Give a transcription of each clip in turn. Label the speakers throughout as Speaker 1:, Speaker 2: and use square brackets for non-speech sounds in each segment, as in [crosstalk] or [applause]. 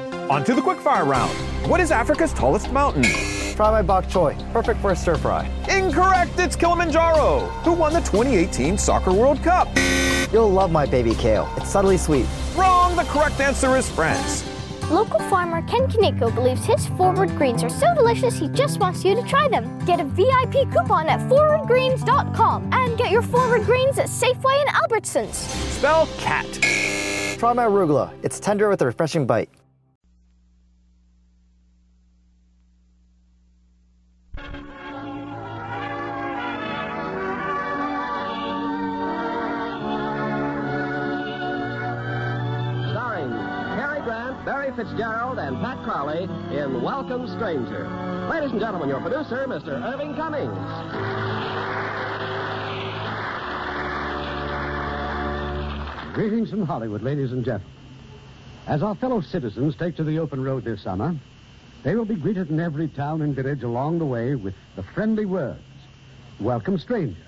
Speaker 1: On to the quickfire round. What is Africa's tallest mountain?
Speaker 2: Try my bok choy. Perfect for a stir fry.
Speaker 1: Incorrect, it's Kilimanjaro. Who won the 2018 Soccer World Cup?
Speaker 2: You'll love my baby kale. It's subtly sweet.
Speaker 1: Wrong, the correct answer is France.
Speaker 3: Local farmer Ken Kaneko believes his Forward Greens are so delicious he just wants you to try them. Get a VIP coupon at forwardgreens.com and get your Forward Greens at Safeway and Albertsons.
Speaker 1: Spell cat.
Speaker 2: Try my arugula. It's tender with a refreshing bite.
Speaker 4: starring Cary Grant, Barry Fitzgerald, and Pat Crowley in Welcome Stranger. Ladies and gentlemen, your producer, Mr. Irving Cummings. Greetings from Hollywood, ladies and gentlemen. As our fellow citizens take to the open road this summer, they will be greeted in every town and village along the way with the friendly words, Welcome, stranger.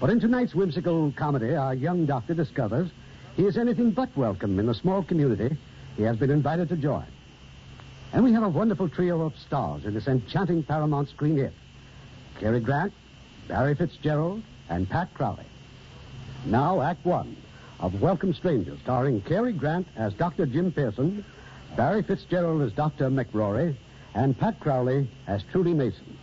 Speaker 4: But in tonight's whimsical comedy, our young doctor discovers he is anything but welcome in the small community he has been invited to join. And we have a wonderful trio of stars in this enchanting Paramount screen hit Cary Grant, Barry Fitzgerald, and Pat Crowley. Now, Act One of Welcome Strangers, starring Cary Grant as Dr. Jim Pearson, Barry Fitzgerald as Dr. McRory, and Pat Crowley as Trudy Mason.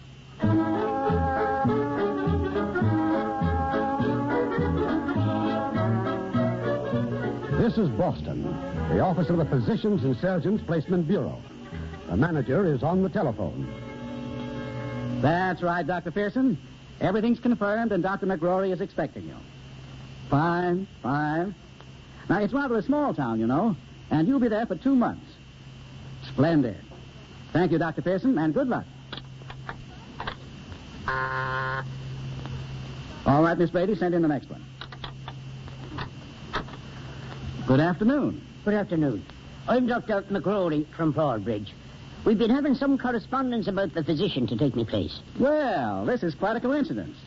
Speaker 4: This is Boston, the office of the Physicians and Surgeons Placement Bureau. The manager is on the telephone. That's right, Dr. Pearson. Everything's confirmed, and Dr. McGrory is expecting you. Fine, fine. Now, it's rather a small town, you know, and you'll be there for two months. Splendid. Thank you, Dr. Pearson, and good luck. All right, Miss Brady, send in the next one. Good afternoon.
Speaker 5: Good afternoon. I'm Dr. McCrory from Broadbridge. We've been having some correspondence about the physician to take me place.
Speaker 4: Well, this is quite a coincidence.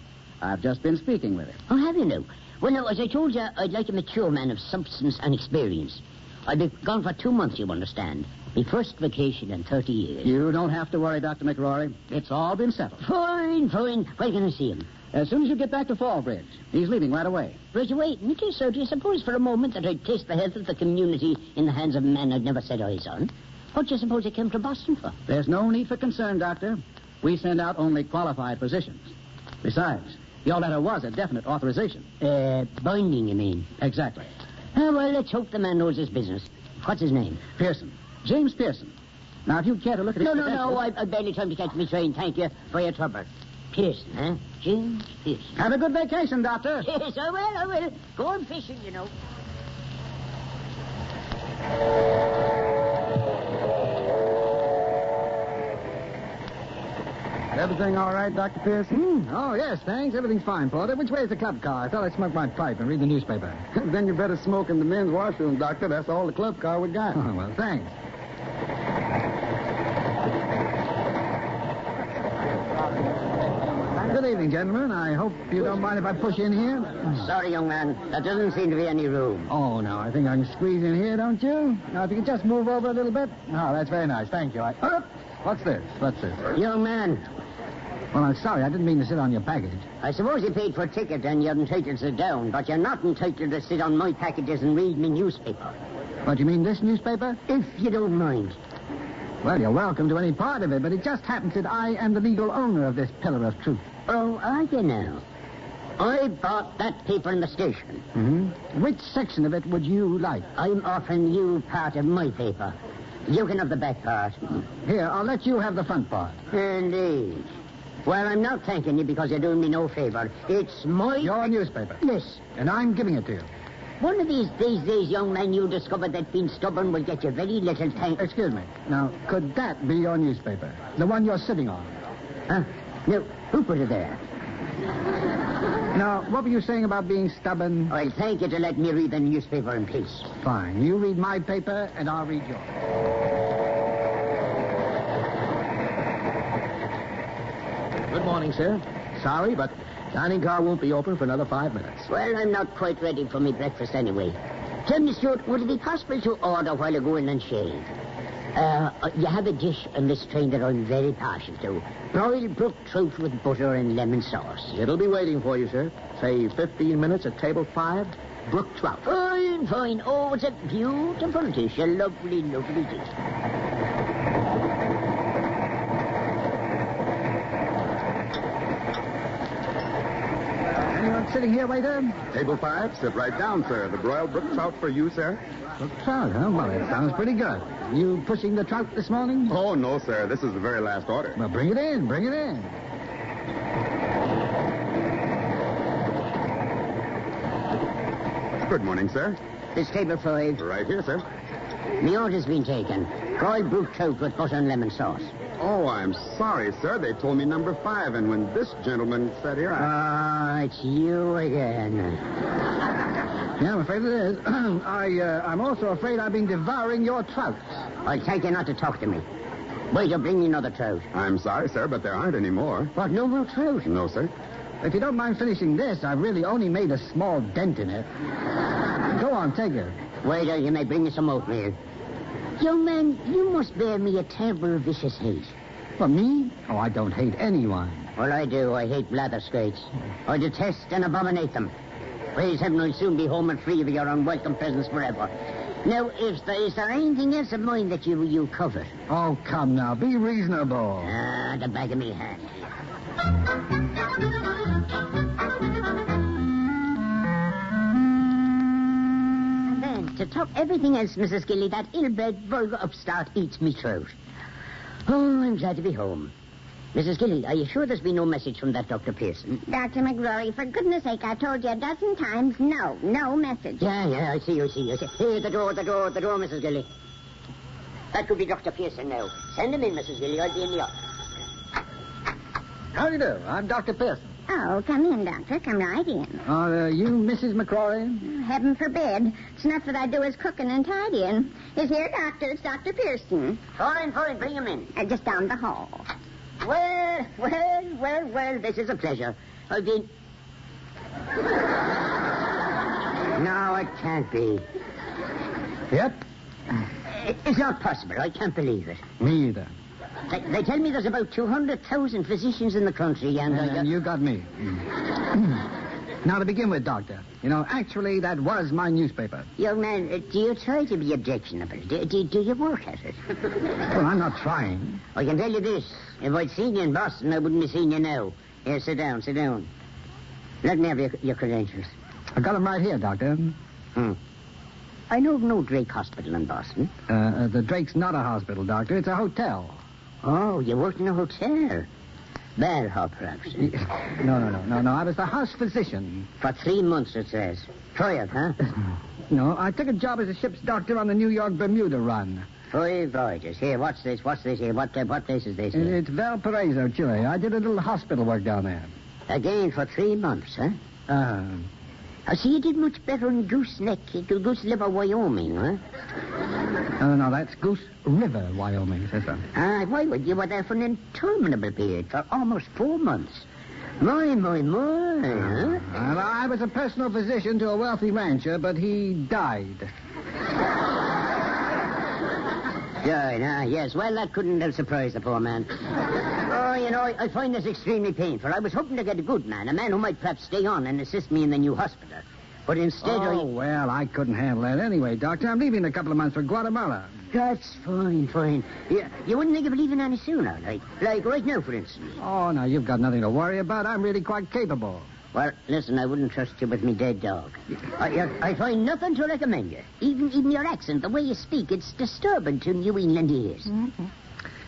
Speaker 4: I've just been speaking with him.
Speaker 5: Oh, have you now? Well, now, as I told you, I'd like a mature man of substance and experience. I'll be Uh, gone for two months, you understand. My first vacation in 30 years.
Speaker 4: You don't have to worry, Dr. McRory. It's all been settled.
Speaker 5: Fine, fine. Where can I see him?
Speaker 4: As soon as you get back to Fallbridge, he's leaving right away.
Speaker 5: Right away, Mickey, so do you suppose for a moment that I'd place the health of the community in the hands of a man I'd never set eyes on? What do you suppose I came to Boston for?
Speaker 4: There's no need for concern, Doctor. We send out only qualified physicians. Besides, your letter was a definite authorization.
Speaker 5: Uh, binding, you mean?
Speaker 4: Exactly.
Speaker 5: Oh, well, let's hope the man knows his business. What's his name?
Speaker 4: Pearson. James Pearson. Now, if you care to look at his
Speaker 5: No, no,
Speaker 4: credentials-
Speaker 5: no. I've, I've barely time to catch me train. Thank you for your trouble. Pearson, huh? James Pearson.
Speaker 4: Have a good vacation, Doctor.
Speaker 5: [laughs] Yes, I will, I will. Go on fishing, you know.
Speaker 4: Everything all right, Dr. Pearson? Oh, yes, thanks. Everything's fine, Porter. Which way is the club car? I thought I smoked my pipe and read the newspaper. [laughs] then you better smoke in the men's washroom, Doctor. That's all the club car we got. Oh, well, thanks. Good evening, gentlemen. I hope you don't mind if I push in here.
Speaker 5: Sorry, young man. There doesn't seem to be any room.
Speaker 4: Oh, no, I think I can squeeze in here, don't you? Now, if you could just move over a little bit. Oh, that's very nice. Thank you. I... Oh, what's this? What's this?
Speaker 5: Young man,
Speaker 4: Well, I'm sorry. I didn't mean to sit on your package.
Speaker 5: I suppose you paid for a ticket and you're entitled to sit down, but you're not entitled to sit on my packages and read me newspaper.
Speaker 4: What, you mean this newspaper?
Speaker 5: If you don't mind.
Speaker 4: Well, you're welcome to any part of it, but it just happens that I am the legal owner of this pillar of truth.
Speaker 5: Oh, are you now? I bought that paper in the station.
Speaker 4: Mm-hmm. Which section of it would you like? Uh,
Speaker 5: I'm offering you part of my paper. You can have the back part.
Speaker 4: Here, I'll let you have the front part.
Speaker 5: Indeed. Well, I'm not thanking you because you're doing me no favor. It's my
Speaker 4: Your newspaper.
Speaker 5: business.
Speaker 4: And I'm giving it to you.
Speaker 5: One of these these days, young man, you'll discover that being stubborn will get you very little thank.
Speaker 4: Excuse me. Now, could that be your newspaper? The one you're sitting on?
Speaker 5: Huh? No, who put it there?
Speaker 4: Now, what were you saying about being stubborn?
Speaker 5: I'll thank you to let me read the newspaper in peace.
Speaker 4: Fine. You read my paper, and I'll read yours. Good morning, sir. Sorry, but dining car won't be open for another five minutes.
Speaker 5: Well, I'm not quite ready for me breakfast anyway. Tell me, Stuart, would it be possible to order while I go in and shave? Uh, uh, you have a dish on this train that I'm very partial to. Broiled brook trout with butter and lemon sauce.
Speaker 6: It'll be waiting for you, sir. Say 15 minutes at table five, brook trout.
Speaker 5: Fine, fine. Oh, it's a beautiful dish. A lovely, lovely dish.
Speaker 7: Anyone sitting here, waiter?
Speaker 6: Table five, sit right down, sir. The broiled brook trout for you, sir.
Speaker 7: Brook trout, huh? Well, it sounds pretty good. You pushing the trout this morning?
Speaker 6: Oh, no, sir. This is the very last order.
Speaker 7: Well, bring it in, bring it in.
Speaker 6: Good morning, sir.
Speaker 5: This table five.
Speaker 6: Right here, sir.
Speaker 5: The order's been taken. Broiled brook trout with butter and lemon sauce.
Speaker 6: Oh, I'm sorry, sir. They told me number five, and when this gentleman sat here, I...
Speaker 5: Ah, it's you again.
Speaker 7: Yeah, I'm afraid it is. [clears throat] I, uh, I'm also afraid I've been devouring your trout.
Speaker 5: I'll tell you not to talk to me. Waiter, bring me another trout.
Speaker 6: I'm sorry, sir, but there aren't any more.
Speaker 5: What, no more trout?
Speaker 6: No, sir.
Speaker 7: If you don't mind finishing this, I've really only made a small dent in it. Go on, take it.
Speaker 5: Waiter, you may bring me some oatmeal. Young man, you must bear me a terrible vicious hate.
Speaker 7: For me? Oh, I don't hate anyone.
Speaker 5: Well, I do. I hate blatherskates. I detest and abominate them. Praise heaven, I'll soon be home and free of your unwelcome presence forever. Now, is there, is there anything else of mine that you you covet?
Speaker 7: Oh, come now, be reasonable.
Speaker 5: Ah, the back of me hand. And then, to top everything else, Mrs. Gilly, that ill-bred, vulgar upstart eats me trout. Oh, I'm glad to be home. Mrs. Gilly, are you sure there's been no message from that Dr. Pearson?
Speaker 8: Dr. McGrory, for goodness sake, I told you a dozen times no, no message.
Speaker 5: Yeah, yeah, I see, I see, I see. Here, the door, the door, the door, Mrs. Gilly. That could be Dr. Pearson now. Send him in, Mrs. Gilly. I'll be in the office.
Speaker 7: How do you do? I'm Dr. Pearson.
Speaker 8: Oh, come in, Doctor. Come right in.
Speaker 7: Are uh, you Mrs. McCrory?
Speaker 8: Heaven forbid. It's enough that I do is cooking and tidying. Is here, Doctor? It's Dr. Pearson.
Speaker 5: Fine, fine, bring him in.
Speaker 8: Uh, just down the hall.
Speaker 5: Well, well, well, well, this is a pleasure. I've been. no, it can't be.
Speaker 7: Yep.
Speaker 5: It- It's not possible. I can't believe it.
Speaker 7: Me either.
Speaker 5: They, they tell me there's about 200,000 physicians in the country, and, uh, I
Speaker 7: And,
Speaker 5: got-
Speaker 7: you got me. Mm. now, to begin with, Doctor, you know, actually, that was my newspaper.
Speaker 5: Young man, uh, do you try to be objectionable? Do, do, do you work at it? [laughs]
Speaker 7: Well, I'm not trying.
Speaker 5: I can tell you this. If I'd seen you in Boston, I wouldn't be seeing you now. Here, sit down, sit down. Let me have your, your credentials.
Speaker 7: I got 'em right here, Doctor.
Speaker 5: Hmm. I know of no Drake Hospital in Boston.
Speaker 7: Uh, uh, the Drake's not a hospital, Doctor. It's a hotel.
Speaker 5: Oh, you worked in a hotel. Bellhop, perhaps.
Speaker 7: No, no, no, no, no. I was the house physician.
Speaker 5: For three months, it says. Try it, huh?
Speaker 7: No, I took a job as a ship's doctor on the New York Bermuda run.
Speaker 5: Five voyages. Here, what's this? What's this here? What, uh, what place is this
Speaker 7: It-
Speaker 5: here?
Speaker 7: It's Valparaiso, Chile. I did a little hospital work down there.
Speaker 5: Again, for three months, huh?
Speaker 7: Uh,
Speaker 5: I see you did much better in gooseneck, uh, goose liver, Wyoming, huh?
Speaker 7: no, no, no, uh, that's Goose River, Wyoming, says so.
Speaker 5: Ah, why would you were there for an interminable period, for almost four months. My, my, my, huh?
Speaker 7: Well, I was a personal physician to a wealthy rancher, but he died.
Speaker 5: Good, ah, yes. Well, that couldn't have surprised the poor man. Oh, you know, I, I find this extremely painful. I was hoping to get a good man, a man who might perhaps stay on and assist me in the new hospital. But instead,
Speaker 7: Oh, well, I couldn't handle that anyway, Doctor. I'm leaving in a couple of months for Guatemala.
Speaker 5: I... That's fine, fine. You, you wouldn't think of leaving any sooner, like, like right now, for instance.
Speaker 7: Oh, now, you've got nothing to worry about. I'm really quite capable.
Speaker 5: Well, listen, I wouldn't trust you with me dead dog. I, I find nothing to recommend you. Even even your accent, the way you speak, it's disturbing to New England ears.
Speaker 7: Mm-hmm.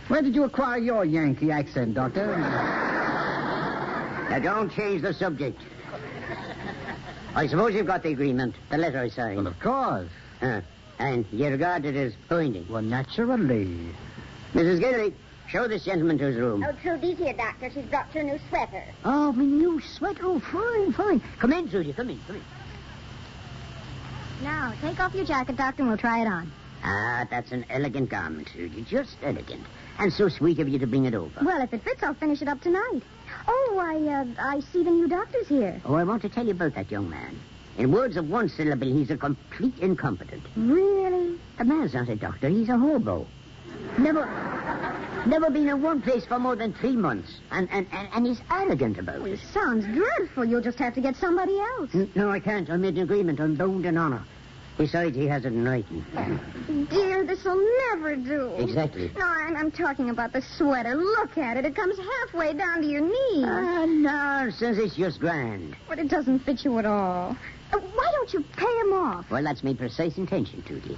Speaker 7: Where did you acquire your Yankee accent, Doctor?
Speaker 5: Now, don't change the subject. I suppose you've got the agreement, the letter I signed.
Speaker 7: well, of course.
Speaker 5: Huh. And you regard it as binding.
Speaker 7: Well, naturally.
Speaker 5: Mrs. Gilly, show this gentleman to his room.
Speaker 8: Oh, Trudy's here, Doctor. She's brought your new sweater.
Speaker 5: Oh, my new sweater. Oh, fine, fine. Come in, Judy. Come in, come in.
Speaker 8: Now, take off your jacket, Doctor, and we'll try it on.
Speaker 5: Ah, that's an elegant garment, Judy. Just elegant. And so sweet of you to bring it over.
Speaker 8: Well, if it fits, I'll finish it up tonight. Oh, I, uh, I see the new doctor's here.
Speaker 5: Oh, I want to tell you about that young man. In words of one syllable, he's a complete incompetent.
Speaker 8: Really?
Speaker 5: The man's not a doctor, he's a hobo. Never, never been in one place for more than three months, and and, and, and he's arrogant about it.
Speaker 9: It sounds dreadful. You'll just have to get somebody else.
Speaker 5: N- No, I can't. I made an agreement. I'm bound in honor. Besides, he has it in
Speaker 9: [laughs]
Speaker 5: writing.
Speaker 9: Dear, this'll never do.
Speaker 5: Exactly.
Speaker 9: No, I'm, I'm talking about the sweater. Look at it. It comes halfway down to your knees.
Speaker 5: Ah, nonsense. It's just grand.
Speaker 9: but it doesn't fit you at all. Uh, why don't you pay him off?
Speaker 5: Well, that's my precise intention, Tootie.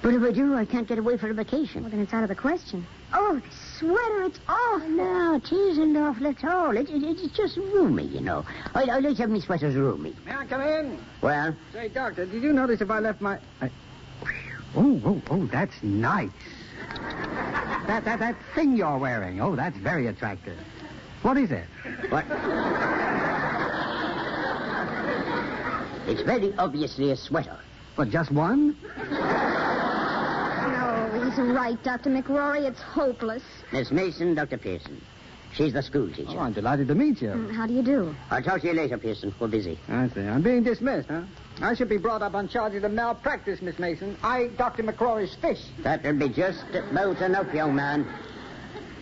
Speaker 5: But if I do, I can't get away for a vacation.
Speaker 9: Well, then it's out of the question. Oh, the sweater. It's
Speaker 5: Oh, no, teasing off, that's all. It, it, it's just roomy, you know. I, I like to have my sweaters roomy.
Speaker 7: May I come in?
Speaker 5: Well,
Speaker 7: Say, Doctor, did you notice if I left my. I...
Speaker 5: oh, oh, oh, that's nice.
Speaker 7: That, that, that thing you're wearing. Oh, that's very attractive. What is it?
Speaker 5: What? it's very obviously a sweater.
Speaker 7: Well, just one?
Speaker 9: No, he's right, Dr. McRory. It's hopeless.
Speaker 5: Miss Mason, Dr. Pearson. She's the school teacher.
Speaker 7: Oh, I'm delighted to meet you.
Speaker 9: Mm, How do you do?
Speaker 5: I'll talk to you later, Pearson. We're busy.
Speaker 7: I see. I'm being dismissed, huh? I should be brought up on charges of malpractice, Miss Mason. I ate Dr. McCrory's fish.
Speaker 5: That'll be just about enough, young man.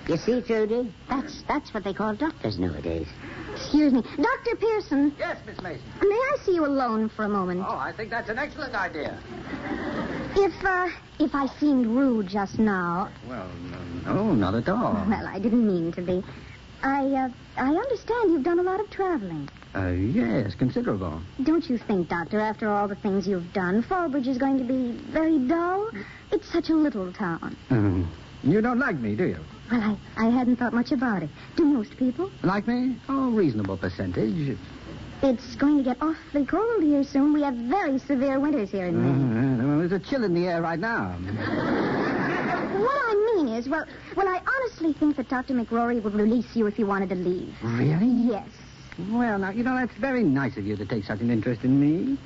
Speaker 5: You see, Judy, that's that's what they call doctors nowadays.
Speaker 9: Excuse me. Dr. Pearson,
Speaker 7: Yes, Miss Mason.
Speaker 9: may I see you alone for a moment?
Speaker 7: Oh, I think that's an excellent idea.
Speaker 9: If, uh, if I seemed rude just now,
Speaker 7: Well, no, no not at [laughs] all.
Speaker 9: well, I didn't mean to be. I, uh, I understand you've done a lot of traveling.
Speaker 7: Uh, yes, considerable.
Speaker 9: Don't you think, Doctor, after all the things you've done, Fallbridge is going to be very dull? It's such a little town.
Speaker 7: Um, you don't like me, do you?
Speaker 9: Well, I, I hadn't thought much about it. Do most people?
Speaker 7: Like me? Oh, reasonable percentage.
Speaker 9: It's going to get awfully cold here soon. We have very severe winters here in Maine.
Speaker 7: Uh, there's a chill in the air right now.
Speaker 9: What I mean is, well, well, I honestly think that Dr. McRory would release you if you wanted to leave.
Speaker 7: Really?
Speaker 9: Yes.
Speaker 7: Well, now, you know, that's very nice of you to take such an interest in me.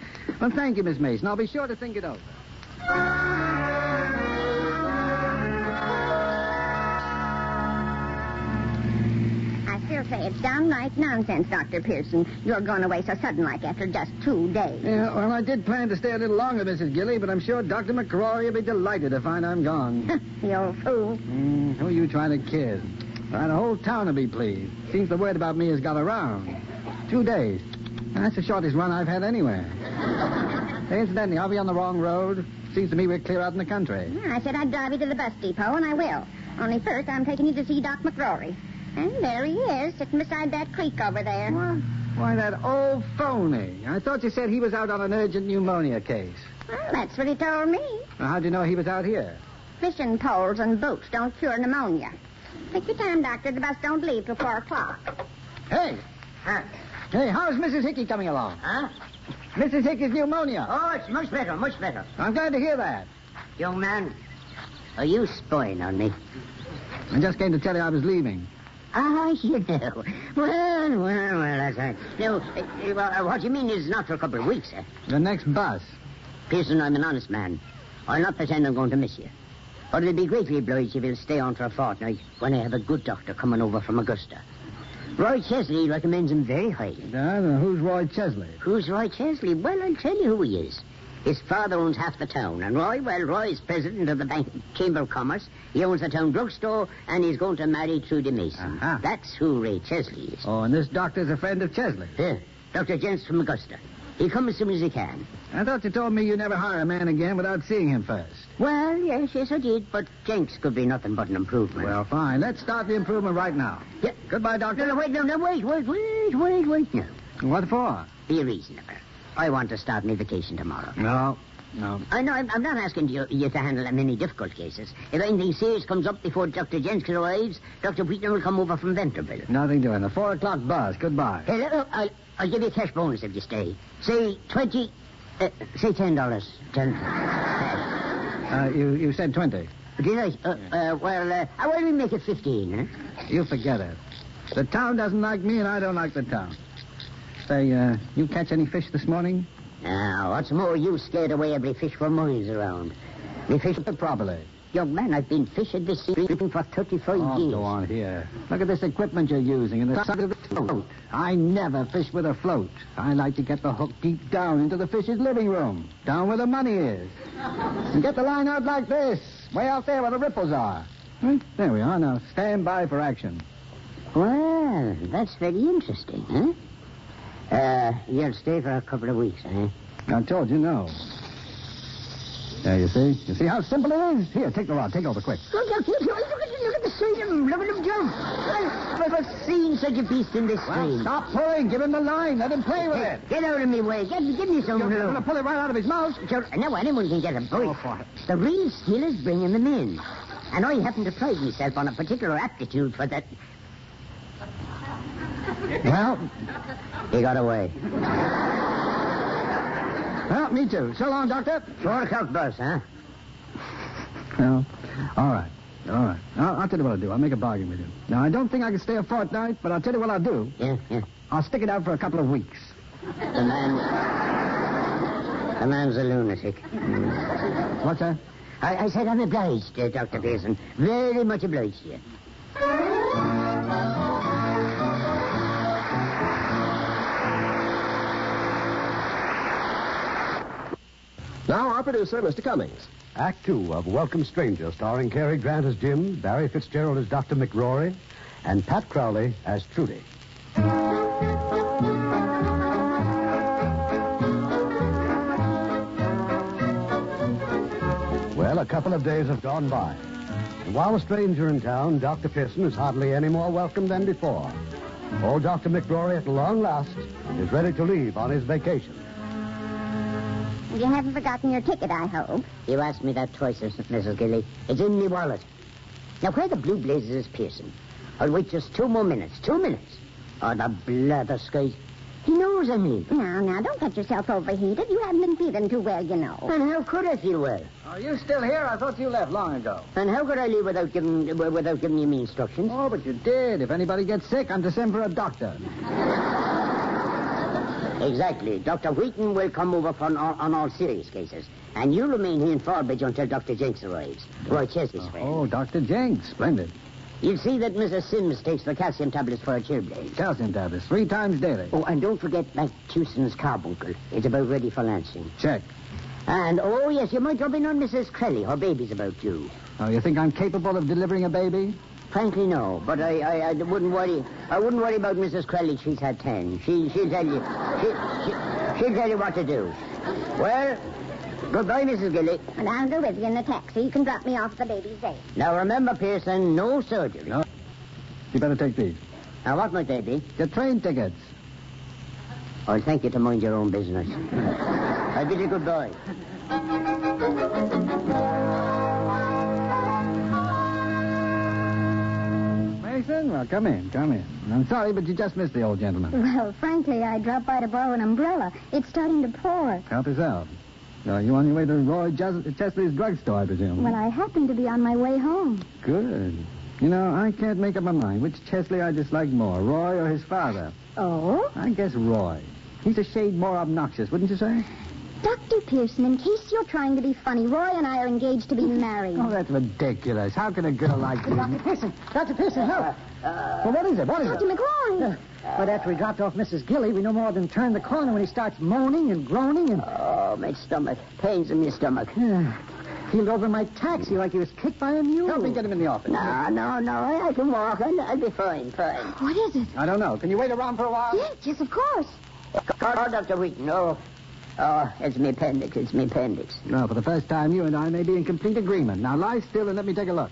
Speaker 7: Well, thank you, Miss Mason. I'll be sure to think it over.
Speaker 9: I say it's downright nonsense, Dr. Pearson. You're going away so sudden like after just two days. [laughs]
Speaker 7: Yeah, well, I did plan to stay a little longer, Mrs. Gilly, but I'm sure Dr. McCrory will be delighted to find I'm gone.
Speaker 9: the old fool.
Speaker 7: [laughs] Mm, who are you trying to kid? Why, Uh, the whole town will be pleased. Seems the word about me has got around. Two days. That's the shortest run I've had [laughs] anywhere. hey, incidentally, are we on the wrong road? Seems to me we're clear out in the country.
Speaker 9: I said I'd drive you to the bus depot, and I will. Only first, I'm taking you to see Doc McRory. And there he is, sitting beside that creek over there.
Speaker 7: What? Why, that old phony. I thought you said he was out on an urgent pneumonia case.
Speaker 9: Well, that's what he told me.
Speaker 7: Now, how'd you know he was out here?
Speaker 9: Fishing poles and boots don't cure pneumonia. Take your time, Doctor. The bus don't leave till four o'clock.
Speaker 7: Hey! Hey, how's Mrs. Hickey coming along?
Speaker 5: Huh?
Speaker 7: Mrs. Hickey's pneumonia.
Speaker 5: Oh, it's much better, much better.
Speaker 7: I'm glad to hear that.
Speaker 5: Young man, are you spying on me?
Speaker 7: I just came to tell you I was leaving.
Speaker 5: Ah, you know. Well, well, well, that's right. No, uh, uh, well, uh, what you mean is not for a couple of weeks, eh?
Speaker 7: The next bus.
Speaker 5: Pearson, I'm an honest man. I'll not pretend I'm going to miss you. But it'll be greatly obliged if you'll stay on for a fortnight when I have a good doctor coming over from Augusta. Roy Chesley recommends him very highly.
Speaker 7: Uh, who's Roy Chesley?
Speaker 5: Who's Roy Chesley? Well, I'll tell you who he is. His father owns half the town, and Roy, well, Roy's president of the bank, Chamber of Commerce. He owns the town drugstore, and he's going to marry Trudy Mason.
Speaker 7: Uh-huh.
Speaker 5: That's who Roy Chesley is.
Speaker 7: Oh, and this doctor's a friend of Chesley.
Speaker 5: Here, Dr. Gents from Augusta. He'll come as soon as he can.
Speaker 7: I thought you told me you never hire a man again without seeing him first.
Speaker 5: Well, yes, yes, I did, but Jenks could be nothing but an improvement.
Speaker 7: Well, fine. Let's start the improvement right now.
Speaker 5: Yeah.
Speaker 7: Goodbye,
Speaker 5: No,
Speaker 7: Doctor.
Speaker 5: no, wait, no, no, wait, wait, wait, wait, wait, no.
Speaker 7: What for?
Speaker 5: Be reasonable. I want to start my vacation tomorrow.
Speaker 7: No. No.
Speaker 5: I know, Uh, I'm, I'm not asking you, you to handle any difficult cases. If anything serious comes up before Dr. Jensen arrives, Dr. Wheaton will come over from Venterville.
Speaker 7: Nothing doing. The four o'clock bus. Goodbye.
Speaker 5: Hello, I'll, I'll give you a cash bonus if you stay. Say 20, uh, say $10. 10
Speaker 7: Uh, you, you said 20.
Speaker 5: Did I? Uh, uh, well, uh, I will make it 15, huh?
Speaker 7: You forget it. The town doesn't like me, and I don't like the town. Say, uh, you catch any fish this morning?
Speaker 5: Now, what's more, you scared away every fish for miles around. Me fish
Speaker 7: Uh, Properly.
Speaker 5: Young man, I've been fishing this sea for 35
Speaker 7: Oh,
Speaker 5: years.
Speaker 7: go on here. Look at this equipment you're using and the size of the float. I never fish with a float. I like to get the hook deep down into the fish's living room, down where the money is. And get the line out like this, way out there where the ripples are. Right, There we are. Now stand by for action.
Speaker 5: Well, that's very interesting, huh? Uh, you'll stay for a couple of weeks, eh?
Speaker 7: I told you no. There you see. You see how simple it is? Here, take the rod. Take over quick.
Speaker 5: Look, look, look, look, at- look at the sea, him, look at him jump. I've never seen such a beast in this sea.
Speaker 7: Oh, Stop pulling. Give him the line. Let him play with
Speaker 5: Hey,
Speaker 7: it.
Speaker 5: get out of me way. Get, give me some
Speaker 7: You're
Speaker 5: room.
Speaker 7: going to pull it right out of his mouth.
Speaker 5: Sure, now anyone can get a bite. The real stealers bringing them in. And I happen to pride myself on a particular aptitude for that.
Speaker 7: Well,
Speaker 5: He got away.
Speaker 7: well, me too. So long, Doctor.
Speaker 5: Four o'clock bus, huh?
Speaker 7: Well, all right. All right. I'll, I'll tell you what I'll do. I'll make a bargain with you. Now, I don't think I can stay a fortnight, but I'll tell you what I'll do.
Speaker 5: Yeah, yeah.
Speaker 7: I'll stick it out for a couple of weeks.
Speaker 5: The man. The man's a lunatic.
Speaker 9: Hmm.
Speaker 7: What's that?
Speaker 5: I, I said I'm obliged, uh, Dr. Pearson. Very much obliged to you.
Speaker 6: Now, operative, sir, Mr. Cummings.
Speaker 4: Act two of Welcome Stranger, starring Cary Grant as Jim, Barry Fitzgerald as Dr. McRory, and Pat Crowley as Trudy. Well, a couple of days have gone by. And while a stranger in town, Dr. Pearson is hardly any more welcome than before. Old Dr. McRory, at long last, is ready to leave on his vacation.
Speaker 9: You haven't forgotten your ticket, I hope.
Speaker 5: You asked me that twice, Mrs. Gilly. It's in me wallet. Now, where the blue blazes is Pearson? I'll wait just two more minutes. Two minutes. Oh, the blatherskite. He knows I'm leaving.
Speaker 9: Now, now, don't get yourself overheated. You haven't been feeling too well, you know.
Speaker 5: And how could I feel well?
Speaker 7: Are you still here? I thought you left long ago.
Speaker 5: And how could I leave without giving w- without giving you me instructions?
Speaker 7: Oh, but you did. If anybody gets sick, I'm to send for a doctor.
Speaker 5: Exactly. Dr. Wheaton will come over for on, all- on all serious cases. And you remain here in Farbridge until Dr. Jenks arrives. Roy Chesley's friend.
Speaker 7: Oh, Dr. Jenks. Splendid.
Speaker 5: You'll see that Mrs. Sims takes the calcium tablets for her chilblains.
Speaker 7: Calcium tablets, three times daily.
Speaker 5: Oh, and don't forget Matuson's carbuncle. It's about ready for lancing.
Speaker 7: Check.
Speaker 5: And, oh, yes, you might drop in on Mrs. Crelly. Her baby's about due.
Speaker 7: Oh, you think I'm capable of delivering a baby?
Speaker 5: Frankly, no. But I, I, I wouldn't worry. I wouldn't worry about Mrs. Crelly. She's had ten. She, she'll tell you. She, she, she'll tell you what to do. Well, goodbye, Mrs. Gilly.
Speaker 9: And I'll go with you in the taxi. You can drop me off at the baby's day.
Speaker 5: Now remember, Pearson, no surgery.
Speaker 7: No. You better take these.
Speaker 5: Now what might they be?
Speaker 7: Your train tickets.
Speaker 5: I'll thank you to mind your own business. [laughs] I bid you goodbye.
Speaker 7: Mason, well, come in, come in. I'm sorry, but you just missed the old gentleman.
Speaker 9: Well, frankly, I dropped by to borrow an umbrella. It's starting to pour.
Speaker 7: Help yourself. Are you on your way to Roy Jes- Chesley's drugstore, I presume?
Speaker 9: Well, I happen to be on my way home.
Speaker 7: Good. You know, I can't make up my mind which Chesley I dislike more, Roy or his father.
Speaker 9: Oh?
Speaker 7: I guess Roy. He's a shade more obnoxious, wouldn't you say?
Speaker 9: Dr. Pearson, in case you're trying to be funny, Roy and I are engaged to be married.
Speaker 7: Oh, that's ridiculous. How can a girl like you... Uh, Dr. Pearson! Dr. Pearson, help! well, what is it? What is
Speaker 9: Dr. McGrory!
Speaker 7: But after we dropped off Mrs. Gilly, we no more than turned the corner when he starts moaning and groaning and uh,
Speaker 5: Oh, my stomach. Pains in my stomach.
Speaker 7: heeled over my taxi like he was kicked by a mule. Help me get him in the office.
Speaker 5: No, no, no. I, I can walk. I'll, I'll be fine, fine.
Speaker 9: What is it?
Speaker 7: I don't know. Can you wait around for a while?
Speaker 9: Yes, yes, of course.
Speaker 5: Oh, Dr. Wheaton, oh. Oh, it's me appendix. It's me appendix.
Speaker 7: No, for the first time, you and I may be in complete agreement. Now lie still and let me take a look.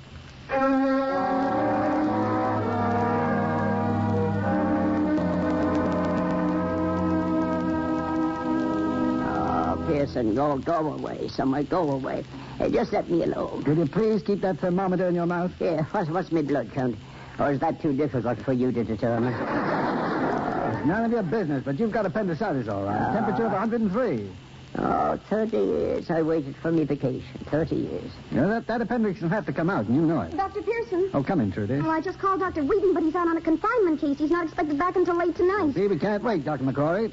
Speaker 5: Oh, Pearson, go, go away, somewhere. Go away. Hey, just let me alone.
Speaker 7: Will you please keep that thermometer in your mouth?
Speaker 5: Here, what's, what's my blood count? Or is that too difficult for you to determine?
Speaker 7: None of your business, but you've got appendicitis, all right. Temperature of 103.
Speaker 5: Oh, 30 years I waited for me vacation. 30 years.
Speaker 7: You know, that, that appendix will have to come out, and you know it.
Speaker 9: Dr. Pearson?
Speaker 7: Oh, come in, Trudy.
Speaker 9: Well, I just called Dr. Wheaton, but he's out on a confinement case. He's not expected back until late tonight.
Speaker 7: See, we can't wait, Dr. McCrory.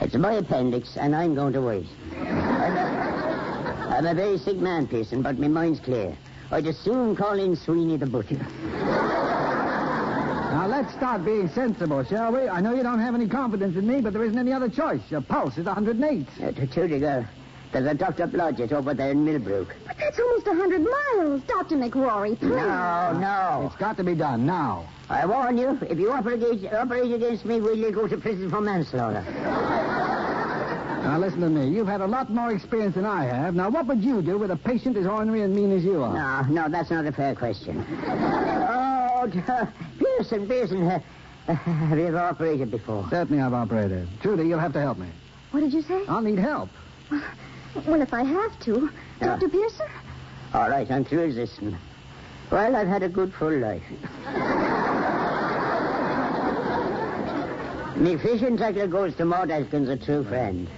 Speaker 5: It's my appendix, and I'm going to wait. I'm a- I'm a very sick man, Pearson, but my mind's clear. I'd as soon call in Sweeney the butcher.
Speaker 7: Now, let's start being sensible, shall we? I know you don't have any confidence in me, but there isn't any other choice. Your pulse is 108.
Speaker 5: Uh, to Trudy, girl, There's a Dr. Blodgett over there in Millbrook.
Speaker 9: But that's almost a hundred miles, Dr. McRory, please.
Speaker 5: No, no.
Speaker 7: It's got to be done now.
Speaker 5: I warn you, if you operate against, operate against me, will you go to prison for manslaughter?
Speaker 7: Now listen to me. You've had a lot more experience than I have. Now what would you do with a patient as ornery and mean as you are?
Speaker 5: No, no, that's not a fair [laughs] question. oh, [laughs] d- Pearson, Pearson, uh, [laughs] uh, have you ever operated before?
Speaker 7: Certainly I've operated. Trudy, you'll have to help me.
Speaker 9: What did you say?
Speaker 7: I'll need help.
Speaker 9: Well, if I have to.
Speaker 5: Yeah.
Speaker 9: Dr. Pearson?
Speaker 5: All right, I'm through resisting. Well, I've had a good full life. me fishing tackle goes to Maud Atkins, a true friend.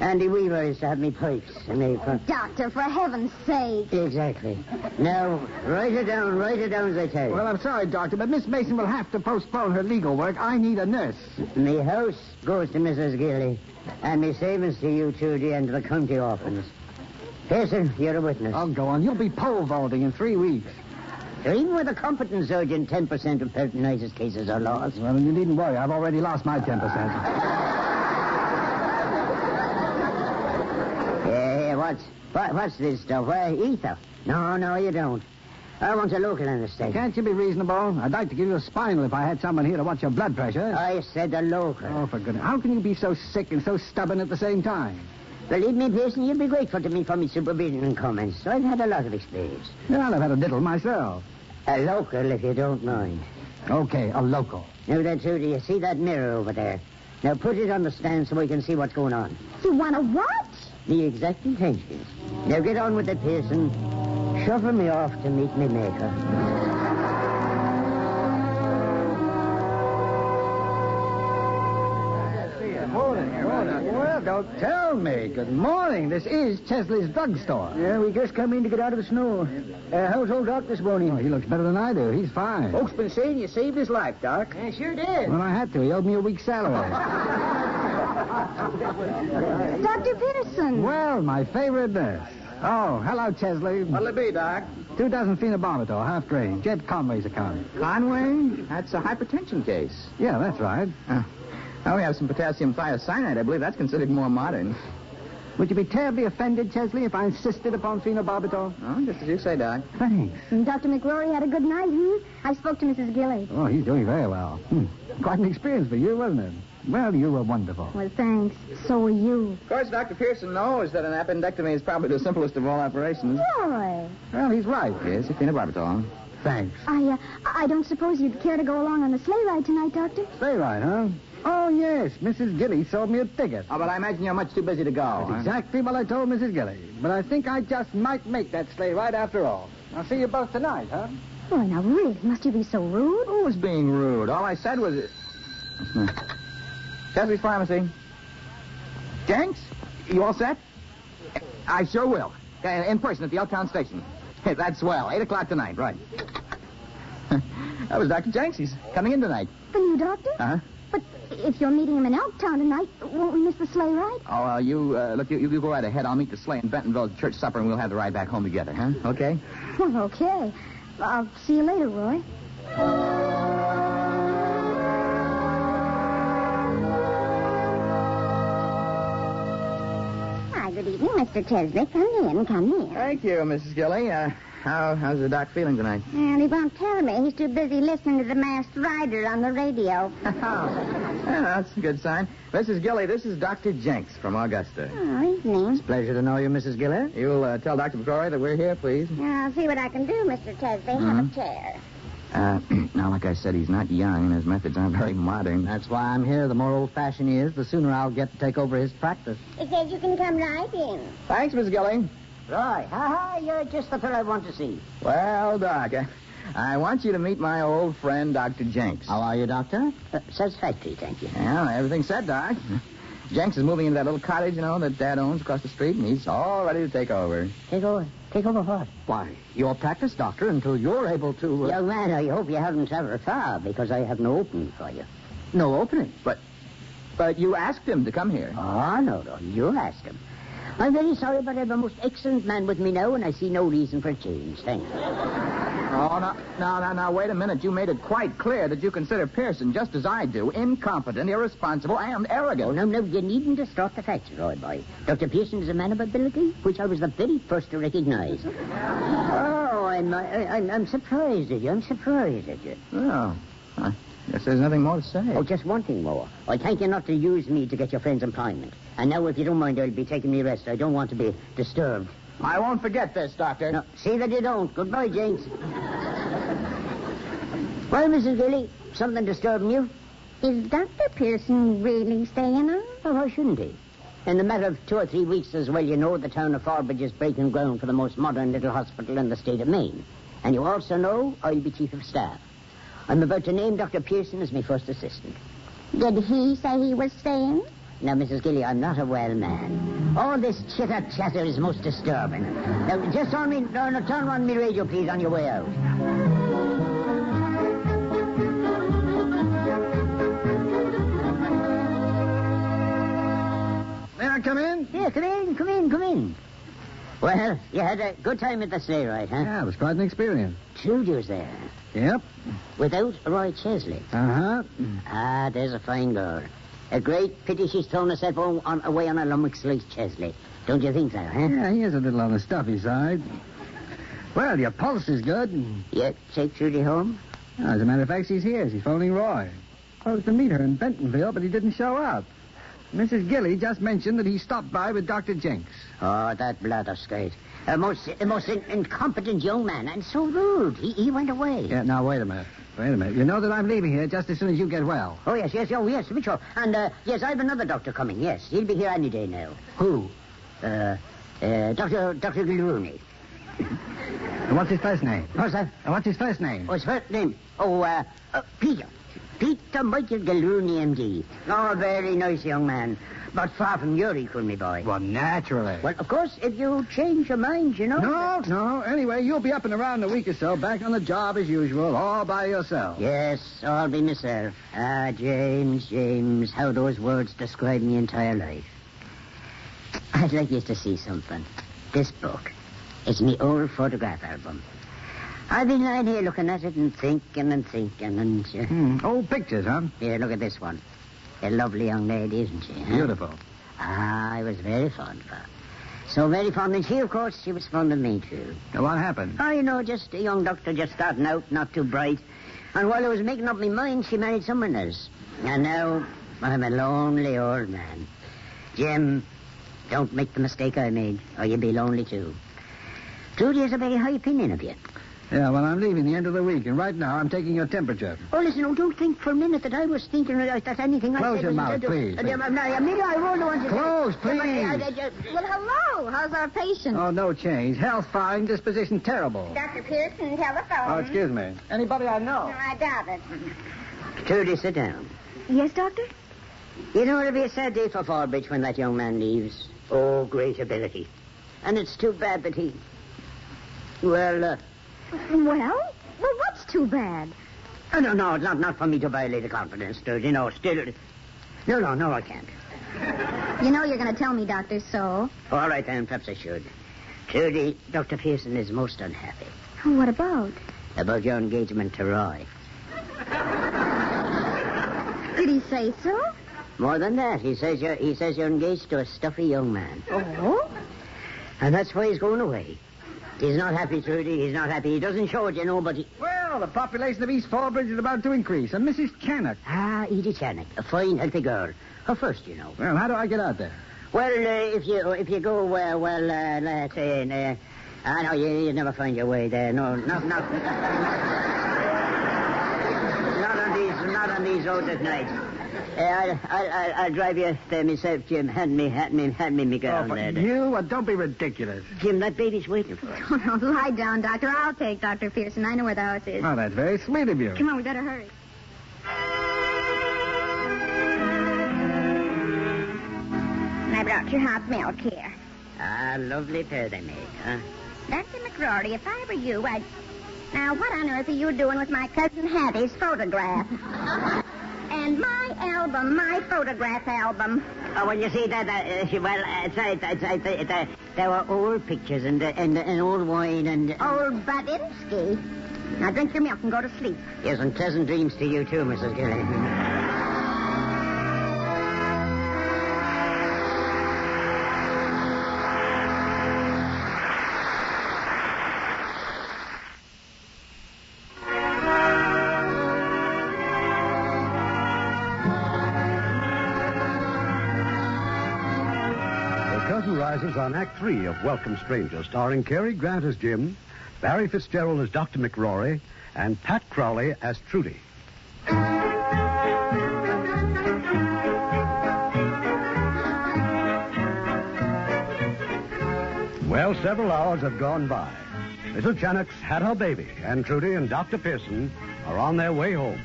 Speaker 5: Andy Weaver is to have me pipes. And they...
Speaker 9: Doctor, for heaven's sake.
Speaker 5: Exactly. Now, write it down, write it down as I tell you.
Speaker 7: Well, I'm sorry, Doctor, but Miss Mason will have to postpone her legal work. I need a nurse.
Speaker 5: My house goes to Mrs. Gilly, and my savings to you, Trudy, and to the county orphans. Pearson, you're a witness.
Speaker 7: I'll go on. You'll be pole vaulting in three weeks.
Speaker 5: Even with a competent surgeon, 10% of peritonitis cases are lost.
Speaker 7: Well, you needn't worry. I've already lost my 10%.
Speaker 5: Eh, what's, what, what's this stuff? Uh, ether? No, no, you don't. I want a local anesthetic.
Speaker 7: Can't you be reasonable? I'd like to give you a spinal if I had someone here to watch your blood pressure.
Speaker 5: I said a local.
Speaker 7: Oh, for goodness. How can you be so sick and so stubborn at the same time?
Speaker 5: Believe me, Pearson, you'll be grateful to me for my supervision and comments. So I've had a lot of experience.
Speaker 7: Well, I've had a little myself.
Speaker 5: A local, if you don't mind.
Speaker 7: Okay, a local.
Speaker 5: Now then, Trudy, you see that mirror over there? Now put it on the stand so we can see what's going on.
Speaker 9: You want to what?
Speaker 5: The exact intentions. Now get on with it, Pearson. Shuffle me off to meet me maker.
Speaker 7: Well, don't tell me. Good morning. This is Chesley's drugstore. Yeah, we just come in to get out of the snow. Uh, how's old Doc this morning? Oh, he looks better than I do. He's fine.
Speaker 10: Folks been saying you saved his life, Doc. Yeah, sure did.
Speaker 7: Well, I had to. He owed me a
Speaker 10: [laughs]
Speaker 7: week's salary.
Speaker 9: Dr. Peterson.
Speaker 7: well, my favorite nurse. Oh, hello, Chesley.
Speaker 10: What'll it be, Doc?
Speaker 7: Two dozen phenobarbital, half grain. Get Conway's account.
Speaker 10: Conway? That's a hypertension case.
Speaker 7: Yeah, that's right.
Speaker 10: Oh. Now we have some potassium thiocyanate. I believe that's considered more modern.
Speaker 7: Would you be terribly offended, Chesley, if I insisted upon phenobarbital?
Speaker 10: Oh, just as you say, Doc.
Speaker 7: Thanks.
Speaker 9: And Dr. McRory had a good night, hmm? I spoke to Mrs. Gilly.
Speaker 7: Oh, he's doing very well. Hmm. Quite an experience for you, wasn't it? Well, you were wonderful.
Speaker 9: Well, thanks. So were you.
Speaker 10: Of course, Dr. Pearson knows that an appendectomy is probably the simplest of all operations.
Speaker 9: Roy,
Speaker 7: Well, he's right.
Speaker 10: Yes, a phenobarbital.
Speaker 7: Thanks.
Speaker 9: I, uh, I don't suppose you'd care to go along on the sleigh ride tonight, Doctor?
Speaker 7: Stay right, huh? Oh, yes. Mrs. Gilly sold me a ticket.
Speaker 10: Oh, but I imagine you're much too busy to go. huh?
Speaker 7: That's exactly what I told Mrs. Gilly. But I think I just might make that sleigh ride after all. I'll see you both tonight, huh?
Speaker 9: Roy, now really, must you be so rude?
Speaker 10: Who was being rude? All I said was. Hmm. Chesley's Pharmacy. Jenks, you all set? I sure will. Uh, In person at the Elktown Station. [laughs] Hey, That's swell. Eight o'clock tonight, right. [laughs] that was Dr. Jenks. He's coming in tonight.
Speaker 9: The new doctor?
Speaker 10: Uh-huh.
Speaker 9: But if you're meeting him in Elktown tonight, won't we miss the sleigh ride? [laughs]
Speaker 10: Oh, uh, you, uh, look, you, you go right ahead. I'll meet the sleigh in Bentonville at church supper, and we'll have the ride back home together, huh? Okay?
Speaker 9: Well, okay. I'll see you later, Roy.
Speaker 5: Hi, good evening, Mr. Chesley. Come in, come in.
Speaker 10: Thank you, Mrs. Gilly. Uh, how, how's the doc feeling tonight?
Speaker 9: And he won't tell me. He's too busy listening to the masked rider on the radio.
Speaker 10: [laughs] yeah, that's a good sign. Mrs. Gilly, this is Dr. Jenks from Augusta.
Speaker 9: Oh, evening.
Speaker 10: Pleasure to know you, Mrs. Gilly. You'll uh, tell Dr. McCrory that we're here, please.
Speaker 9: I'll see what I can do, Mr. Tesby. Have a chair.
Speaker 10: Uh, [clears throat] now, like I said, he's not young, and his methods aren't very modern. That's why I'm here. The more old-fashioned he is, the sooner I'll get to take over his practice.
Speaker 9: It says you can come right in.
Speaker 10: Thanks, Mrs. Gilly.
Speaker 5: Roy, ha ha, you're just the fellow I want to see.
Speaker 10: Well, Doc, I, I want you to meet my old friend, Dr. Jenks.
Speaker 5: How are you, Doctor? Uh, satisfactory, thank you.
Speaker 10: Well, everything's set, Doc. Jenks is moving into that little cottage, you know, that Dad owns across the street, and he's all ready to take over.
Speaker 5: Take over. Take over what?
Speaker 7: Why, your practice, Doctor, until you're able to...
Speaker 5: Young man, I hope you haven't traveled far because I have no opening for you.
Speaker 7: No opening.
Speaker 10: But, but you asked him to come here.
Speaker 5: Oh, no, no. You asked him. I'm very sorry, but I have a most excellent man with me now, and I see no reason for change. Thank you.
Speaker 10: Oh, now, now, now, now, wait a minute. You made it quite clear that you consider Pearson, just as I do, incompetent, irresponsible, and arrogant.
Speaker 5: Oh, no, no, you needn't distort the facts, Roy boy. Dr. Pearson is a man of ability, which I was the very first to recognize. oh, I'm, I, I'm, I'm surprised at you. I'm surprised at you.
Speaker 10: Well, I guess there's nothing more to say.
Speaker 5: Oh, just one thing more. I thank you not to use me to get your friend's employment. And now, if you don't mind, I'll be taking me rest. I don't want to be disturbed.
Speaker 10: I won't forget this, Doctor.
Speaker 5: No, see that you don't. Goodbye, Jinx. well, Mrs. Gilly, something disturbing you?
Speaker 9: Is Dr. Pearson really staying on?
Speaker 5: Well, why Oh, shouldn't he? In the matter of two or three weeks, as well, you know, the town of Forbidge is breaking ground for the most modern little hospital in the state of Maine. And you also know I'll be chief of staff. I'm about to name Dr. Pearson as my first assistant.
Speaker 9: Did he say he was staying?
Speaker 5: Now, Mrs. Gilly, I'm not a well man. All this chitter chatter is most disturbing. Now, just on me, no, no, turn on me radio, please, on your way out.
Speaker 7: May I come in?
Speaker 5: Here, come in, come in, come in. Well, you had a good time at the sleigh ride, huh?
Speaker 7: Yeah, it was quite an experience.
Speaker 5: Two years there,
Speaker 7: Yep.
Speaker 5: without Roy Chesley.
Speaker 7: Uh huh.
Speaker 5: Ah, there's a fine girl. A great pity she's thrown herself on, on, away on a lummox like Chesley. Don't you think so, huh?
Speaker 7: Yeah, he is a little on the stuffy side. Well, your pulse is good.
Speaker 5: You take Judy home?
Speaker 7: As a matter of fact, she's here. She's phoning Roy. I was to meet her in Bentonville, but he didn't show up. Mrs. Gilly just mentioned that he stopped by with Dr. Jenks.
Speaker 5: Oh, that blatherskate. A most, a most in- incompetent young man, and so rude. He, he went away.
Speaker 7: Yeah, now, wait a minute. Wait a minute. You know that I'm leaving here just as soon as you get well.
Speaker 5: Oh, yes, yes, oh, yes, to be sure. And, uh, yes, I've another doctor coming, yes. He'll be here any day now.
Speaker 7: Who?
Speaker 5: Uh, uh, Dr. Dr. Gilrooney.
Speaker 7: And what's his first name? Oh,
Speaker 5: What's that?
Speaker 7: And what's his first name?
Speaker 5: What's her name? Oh, uh, uh, Peter. Peter Michael Gilrooney, M.D. Oh, very nice young man. But far from your equal, me boy.
Speaker 7: Well, naturally.
Speaker 5: Well, of course, if you change your mind, you know.
Speaker 7: No, no. Anyway, you'll be up and around in a week or so, back on the job as usual, all by yourself.
Speaker 5: Yes, I'll be myself. Ah, James, James, how those words describe me entire life. I'd like you to see something. This book. It's me old photograph album. I've been lying here looking at it and thinking and thinking and... Uh,
Speaker 7: Hmm. Old pictures, huh?
Speaker 5: Here, look at this one. A lovely young lady, isn't she? huh?
Speaker 7: Beautiful.
Speaker 5: Ah, I was very fond of her. So very fond, and she, of course, she was fond of me, too.
Speaker 7: Now, what happened?
Speaker 5: Oh, you know, just a young doctor just starting out, not too bright. And while I was making up my mind, she married someone else. And now I'm a lonely old man. Jim, don't make the mistake I made, or you'll be lonely, too. Judy has a very high opinion of you.
Speaker 7: Yeah, well, I'm leaving the end of the week, and right now I'm taking your temperature.
Speaker 5: Oh, listen, oh, don't think for a minute that I was thinking that that anything I
Speaker 7: Close
Speaker 5: said
Speaker 7: your
Speaker 5: was
Speaker 7: mouth, please,
Speaker 5: Uh,
Speaker 7: please.
Speaker 5: uh, no, Amelia, I won't want you to-
Speaker 7: Close,
Speaker 5: Yeah, but, uh,
Speaker 7: please.
Speaker 5: I- I- I-
Speaker 9: Well, hello. How's our patient?
Speaker 7: Oh, no change. Health fine, disposition terrible.
Speaker 9: Dr. Pearson, telephone.
Speaker 7: Oh, excuse me. Anybody I know?
Speaker 9: No, Oh, I doubt it.
Speaker 5: Judy, sit down.
Speaker 9: Yes, Doctor?
Speaker 5: You know, it'll be a sad day for Forbridge when that young man leaves. Oh, great ability. And it's too bad that he. Well, uh,
Speaker 9: Well, well, what's too bad?
Speaker 5: oh, no, no, not, not for me to violate the confidence, dude. You know, still. No, no, no, I can't.
Speaker 9: You know you're going to tell me, Doctor, so.
Speaker 5: All right, then, perhaps I should. Judy, Dr. Pearson is most unhappy
Speaker 9: What about?
Speaker 5: about your engagement to Roy.
Speaker 9: Did he say so?
Speaker 5: More than that, he says you're, he says you're engaged to a stuffy young man.
Speaker 9: Oh?
Speaker 5: And that's why he's going away. He's not happy, Trudy. He's not happy. He doesn't show it, you know, but he...
Speaker 7: Well, the population of East Fallbridge is about to increase, and Mrs. Channock.
Speaker 5: Ah, Edie Channock, a fine, healthy girl. Her first, you know.
Speaker 7: Well, how do I get out there?
Speaker 5: Well, uh, if you if you go uh, well, uh, let's say, in, uh, I know you you never find your way there. No, not not not on these not on these roads at night. Uh, I'll, I'll, I'll, I'll drive you there myself, Jim. Hand me, hand me, hand me, me girl
Speaker 7: for
Speaker 5: there.
Speaker 7: Oh, you? Well, don't be ridiculous.
Speaker 5: Jim, that baby's waiting for us.
Speaker 9: Oh, no, [laughs] lie down, Doctor. I'll take Dr. Pearson. I know where the house is.
Speaker 7: Well, that's very sweet of you.
Speaker 9: Come on, we better hurry. And I brought your hot milk here.
Speaker 5: Ah, lovely pair they make, huh? [laughs]
Speaker 9: Dr. McCrory, if I were you,
Speaker 5: [laughs]
Speaker 9: I'd. Now, what on earth are you doing with my cousin Hattie's photograph? and my album, my photograph album.
Speaker 5: Oh, well, you see, that, uh, uh, well, uh, it's, uh, it's, uh, it's, uh, there were old pictures and, uh, and, and old wine and... uh,
Speaker 9: Old Badinsky. Now drink your milk and go
Speaker 5: [sighs]
Speaker 9: to sleep.
Speaker 5: Yes, and pleasant dreams to you, too, Mrs. Gilligan.
Speaker 4: The curtain rises on Act Three of Welcome Stranger, starring Cary Grant as Jim, Barry Fitzgerald as Dr. McRory, and Pat Crowley as Trudy. Well, several hours have gone by. Little Channox had her baby, and Trudy and Dr. Pearson are on their way home.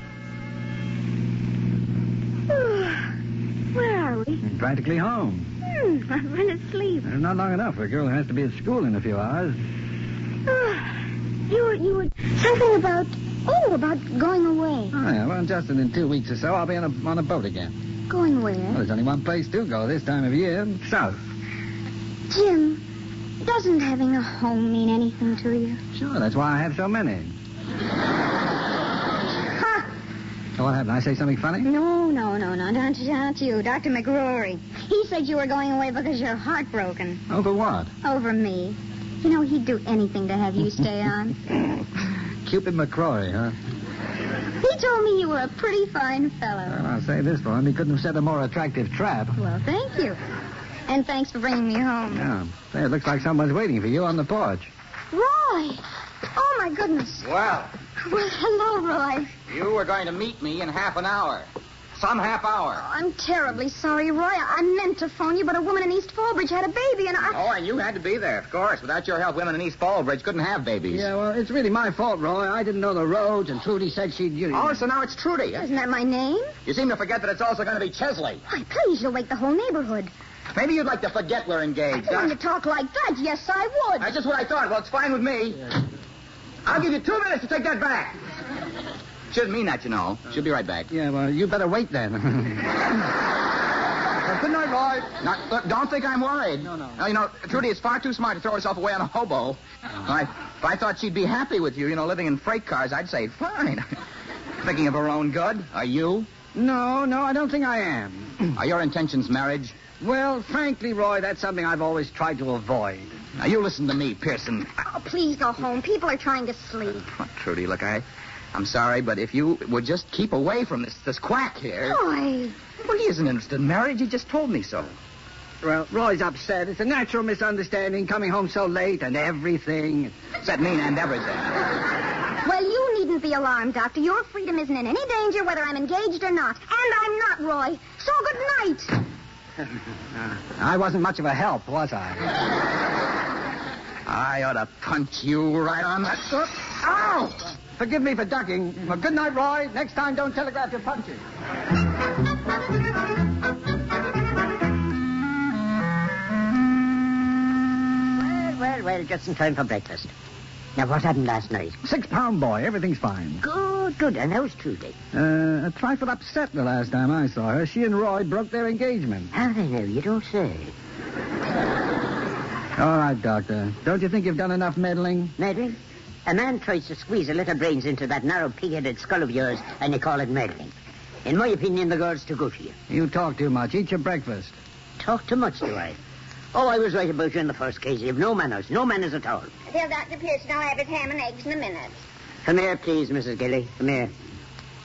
Speaker 9: Where are we?
Speaker 7: Practically home.
Speaker 5: [laughs]
Speaker 9: Hmm, I'm going to
Speaker 5: [sighs]
Speaker 9: sleep.
Speaker 7: There's not long enough for a girl who has to be at school in a few hours.
Speaker 9: you were, you were... Something about... Oh, about going away.
Speaker 7: Oh, yeah, well, just in two weeks or so, I'll be on a, on a boat again.
Speaker 9: Going
Speaker 7: Well,
Speaker 9: where?
Speaker 7: there's only one place to go this time of year, south.
Speaker 9: Jim, doesn't having a home mean anything to you?
Speaker 7: Sure, that's why I have so many.
Speaker 9: Ha!
Speaker 7: Oh, What happened? I say something funny?
Speaker 9: No, no, no, no, not, not you. Dr. McGrory. He said you were going away because you're heartbroken
Speaker 7: Over Oh, what?
Speaker 9: over me. You know, he'd do anything to have you stay on.
Speaker 7: Cupid McCrory, huh?
Speaker 9: he told me you were a pretty fine fellow.
Speaker 7: Well, I'll say this for him. He couldn't have set a more attractive trap.
Speaker 9: Well, thank you. And thanks for bringing me home.
Speaker 7: Yeah. Say, it looks like someone's waiting for you on the porch.
Speaker 9: Roy! Oh, my goodness.
Speaker 10: Well,
Speaker 9: Well, hello, Roy.
Speaker 10: you were going to meet me in half an hour. Some half hour.
Speaker 9: I'm terribly sorry, Roy. I meant to phone you, but a woman in East Fallbridge had a baby, and I...
Speaker 10: Oh, and you had to be there, of course. Without your help, women in East Fallbridge couldn't have babies.
Speaker 7: Yeah, well, it's really my fault, Roy. I didn't know the roads, and Trudy said she'd... You...
Speaker 10: Oh, so now it's Trudy.
Speaker 9: Isn't that my name?
Speaker 10: You seem to forget that it's also going to be Chesley.
Speaker 9: Why, please, you'll wake the whole neighborhood.
Speaker 10: Maybe you'd like to forget we're engaged.
Speaker 9: If you
Speaker 10: huh?
Speaker 9: want to talk like that, yes, I would.
Speaker 10: That's just what I thought. Well, it's fine with me. I'll give you two minutes to take that back. Shouldn't mean that, you know. She'll be right back.
Speaker 7: Yeah, well, you better wait then.
Speaker 10: Well, Uh, good night, Lloyd. Not, look, don't think I'm worried. No, no. you know, Trudy is far too smart to throw herself away on a
Speaker 7: Uh-huh.
Speaker 10: hobo. I, if I thought she'd be happy with you, you know, living in freight cars, I'd say fine. [laughs] Thinking of her own good. Are you?
Speaker 7: no, no, I don't think I am.
Speaker 10: [clears throat] Are your intentions marriage?
Speaker 7: Well, frankly, Roy, that's something I've always tried to avoid.
Speaker 10: Now, you listen to me, Pearson.
Speaker 9: Oh, please go home. People are trying to sleep.
Speaker 10: Well, Trudy, look, I, I'm sorry, but if you would just keep away from this this quack here.
Speaker 7: Oh.
Speaker 9: Roy.
Speaker 10: Well, he isn't interested in marriage. He just told me so.
Speaker 7: [laughs] Well, Roy's upset. It's a natural misunderstanding, coming home so late and everything.
Speaker 10: Does that mean and everything?
Speaker 9: Well, you needn't be alarmed, Doctor. Your freedom isn't in any danger, whether I'm engaged or not. And I'm not, Roy. So good night.
Speaker 7: I wasn't much of a help, was I?
Speaker 10: I ought to punch you right on the. Ow!
Speaker 7: Forgive me for ducking. Well, good night, Roy. Next time, don't telegraph your punches.
Speaker 5: [laughs] Well, well, well, just in time for breakfast. Now, what happened last night?
Speaker 7: Six pound boy, everything's fine.
Speaker 5: Good, good. And how's Trudy?
Speaker 7: Uh, a trifle upset the last time I saw her. She and Roy broke their engagement.
Speaker 5: How do I Ah, know? You don't say.
Speaker 7: All right, Doctor. Don't you think you've done enough meddling?
Speaker 5: Meddling? A man tries to squeeze a little brains into that narrow pig-headed skull of yours, and you call it meddling. In my opinion, the girl's too good for you.
Speaker 7: You talk too much. Eat your breakfast.
Speaker 5: Talk too much, do I? Oh, I was right about you in the first case. You have no manners, no manners at all.
Speaker 9: Tell Dr. Pearson I'll have his ham and eggs in a minute.
Speaker 5: Come here, please, Mrs. Gilly. Come here.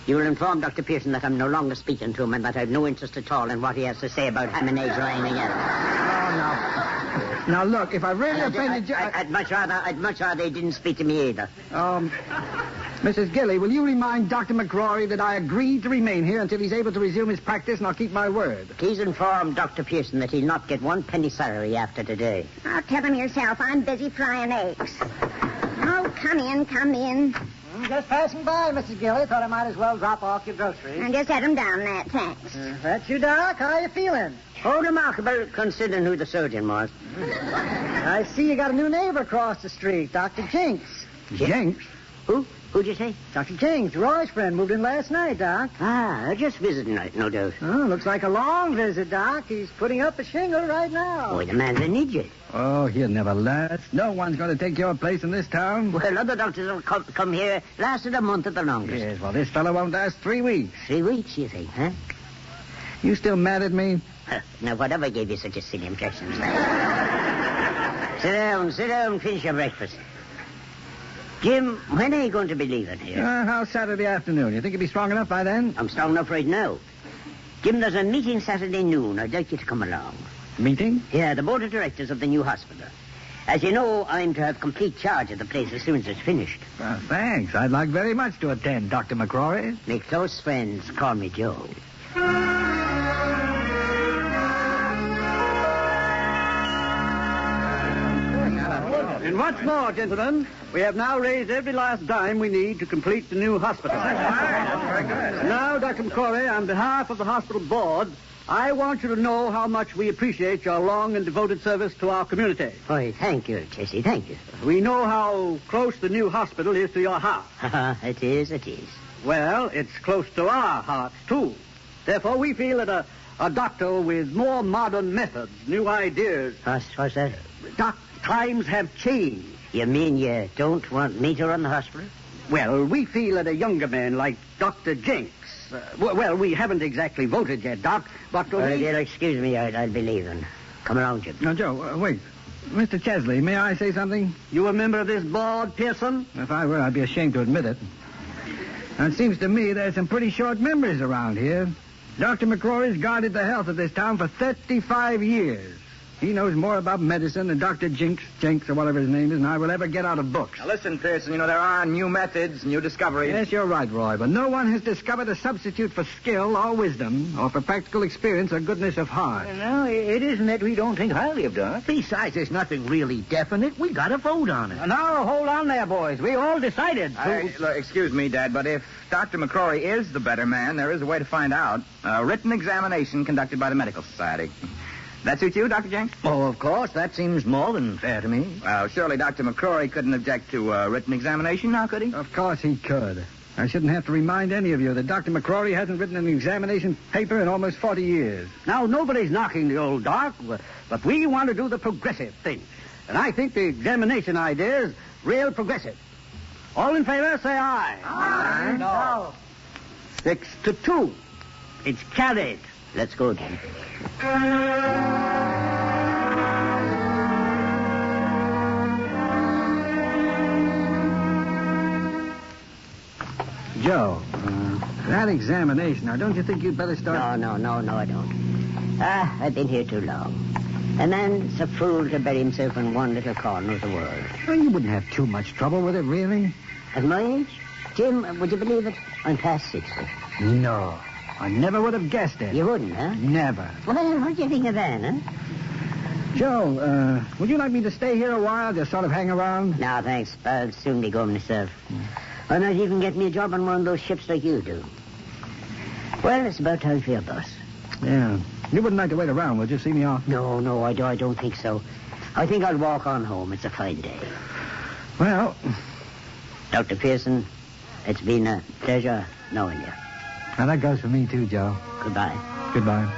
Speaker 5: You will inform Dr. Pearson that I'm no longer speaking to him and that I've no interest at all in what he has to say about ham and eggs or anything else.
Speaker 7: Oh, Now, look, if I really offended
Speaker 5: I'd,
Speaker 7: you...
Speaker 5: I'd- I'd much rather, I'd much rather he didn't speak to me either.
Speaker 7: Um, Mrs. Gilly, will you remind Dr. McCrory that I agreed to remain here until he's able to resume his practice and I'll keep my word?
Speaker 5: Please inform Dr. Pearson that he'll not get one penny salary after today.
Speaker 9: I'll Oh, tell him yourself. I'm busy frying eggs. Oh, come in, come in.
Speaker 7: Just passing by, Mrs. Gilly. Thought I might as well drop off your groceries.
Speaker 9: I just had him down that thanks.
Speaker 7: That's you, Doc. How are you feeling?
Speaker 5: Oh, remarkable, considering who the surgeon was.
Speaker 7: I see you got a new neighbor across the street, Dr. Jinks. Jinks?
Speaker 5: Who? Who'd you say?
Speaker 7: Dr. Kings, Roy's friend, moved in last night, Doc.
Speaker 5: Ah, just visiting, no- no doubt.
Speaker 7: Oh, looks like a long visit, Doc. He's putting up a shingle right now.
Speaker 5: Boy, the man's an idiot.
Speaker 7: Oh, he'll never last. No one's going to take your place in this town.
Speaker 5: Well, other doctors will come, come here, lasted a month at the longest.
Speaker 7: Yes, well, this fellow won't last three weeks.
Speaker 5: Three weeks, you think, huh?
Speaker 7: You still mad at me?
Speaker 5: Huh, Now, whatever gave you such a silly impression as that? [laughs] sit down, sit down, finish your breakfast. Jim, when are you going to be leaving here?
Speaker 7: Uh, how's Saturday afternoon? You think you'll be strong enough by then?
Speaker 5: I'm strong enough right now. Jim, there's a meeting Saturday noon. I'd like you to come along.
Speaker 7: Meeting?
Speaker 5: Yeah, the board of directors of the new hospital. As you know, I'm to have complete charge of the place as soon as it's finished.
Speaker 7: Well, thanks. I'd like very much to attend, Dr. McCrory.
Speaker 5: Make close friends call me Joe.
Speaker 7: Oh, And what's more, gentlemen, we have now raised every last dime we need to complete the new hospital. now, Dr. McCrory, on behalf of the hospital board, I want you to know how much we appreciate your long and devoted service to our community.
Speaker 5: Why, thank you, Jesse, thank you. [laughs]
Speaker 7: We know how close the new hospital is to your heart.
Speaker 5: it is, it is.
Speaker 7: Well, it's close to our hearts, too. Therefore, we feel that a, a doctor with more modern methods, new ideas,
Speaker 5: What's, what's that?
Speaker 7: doc, times have changed.
Speaker 5: You mean you don't want me to run the hospital?
Speaker 7: Well, we feel that a younger man like Dr. Jenks. Uh, w- well, we haven't exactly voted yet, Doc, but.
Speaker 5: Well,
Speaker 7: we...
Speaker 5: if you'll excuse me, I'll, I'll be leaving. Come along, Jim.
Speaker 7: Now, Joe, uh, wait. Mr. Chesley, may I say something? You a member of this board, Pearson? If I were, I'd be ashamed to admit it. Now, it seems to me there's some pretty short memories around here. Dr. McCrory's guarded the health of this town for 35 years. He knows more about medicine than Dr. Jinks, Jenks, or whatever his name is, and I will ever get out of books.
Speaker 10: Now, listen, Pearson, you know, there are new methods, new discoveries.
Speaker 7: Yes, you're right, Roy, but no one has discovered a substitute for skill or wisdom or for practical experience or goodness of heart.
Speaker 11: No, it isn't that we don't think highly of Doc. Besides, there's nothing really definite. We got to vote on it.
Speaker 7: Now, hold on there, boys. We all decided.
Speaker 10: I, look, excuse me, Dad, but if Dr. McCrory is the better man, there is a way to find out. A written examination conducted by the Medical Society. That suit you, Dr. Jenks?
Speaker 11: Oh, of course. That seems more than fair to me.
Speaker 10: Well, surely Dr. McCrory couldn't object to a written examination now, could he?
Speaker 12: Uh,
Speaker 7: Of course he could. I shouldn't have to remind any of you that Dr. McCrory hasn't written an examination paper in almost 40 years. Now, nobody's knocking the old doc, but we want to do the progressive thing. And I think the examination idea is real progressive. All in favor, say aye. Aye. No. Six to two. It's carried.
Speaker 5: Let's go, Jim.
Speaker 7: Joe, uh, that examination, now, don't you think you'd better start...
Speaker 5: No, no, no, no, I don't. Ah, I've been here too long. A man's a fool to bury himself in one little corner of the world.
Speaker 7: Well, you wouldn't have too much trouble with it, really.
Speaker 5: At my age, Jim, would you believe it? I'm past 60.
Speaker 7: No. I never would have guessed it.
Speaker 5: You wouldn't, huh?
Speaker 7: Never.
Speaker 5: Well, what do you think of that, huh?
Speaker 7: Joe, uh, would you like me to stay here a while, just sort of hang around?
Speaker 5: No, thanks. I'll soon be going myself. Why not even get me a job on one of those ships like you do? Well, it's about time for your bus.
Speaker 7: Yeah. You wouldn't like to wait around, would you? See me off?
Speaker 5: No, no, I, do, I don't think so. I think I'll walk on home. It's a fine day.
Speaker 7: Well,
Speaker 5: Dr. Pearson, it's been a pleasure knowing you.
Speaker 7: now that goes for me too, Joe.
Speaker 5: Goodbye.
Speaker 7: Goodbye.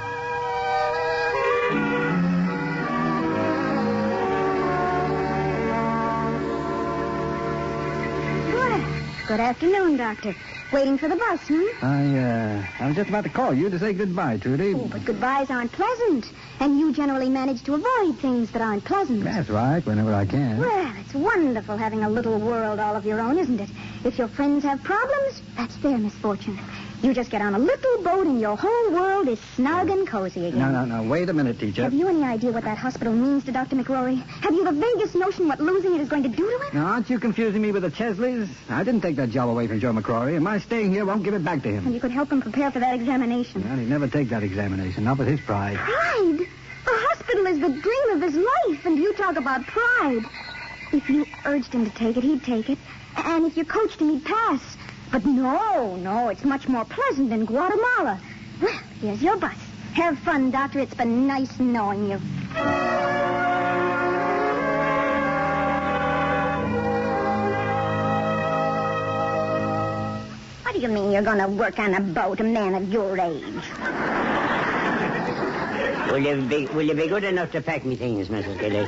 Speaker 9: Ah, Good afternoon, Doctor. Waiting for the bus, hmm?
Speaker 7: I, uh, I was just about to call you to say goodbye, Trudy.
Speaker 9: Oh, but goodbyes aren't pleasant, and you generally manage to avoid things that aren't pleasant.
Speaker 7: That's right, whenever I can.
Speaker 9: Well, it's wonderful having a little world all of your own, isn't it? If your friends have problems, that's their misfortune. You just get on a little boat and your whole world is snug and cozy again.
Speaker 7: No, no, no. Wait a minute, teacher.
Speaker 9: Have you any idea what that hospital means to Dr. McRory? Have you the vaguest notion what losing it is going to do to him?
Speaker 7: Now, aren't you confusing me with the Chesleys? I didn't take that job away from Joe McCrory, and my staying here won't give it back to
Speaker 9: And
Speaker 7: him.
Speaker 9: you could help him prepare for that examination.
Speaker 7: Well, he'd never take that examination, not with his pride.
Speaker 9: Pride? A hospital is the dream of his life, and you talk about pride. If you urged him to take it, he'd take it. And if you coached him, he'd pass. But no, no, it's much more pleasant in Guatemala. Well, here's your bus. Have fun, Doctor. It's been nice knowing you. do you mean you're going to work on a boat, a man of your age?
Speaker 5: Will you be Will you be good enough to pack me things, Mrs.
Speaker 9: [laughs]
Speaker 5: Gilly?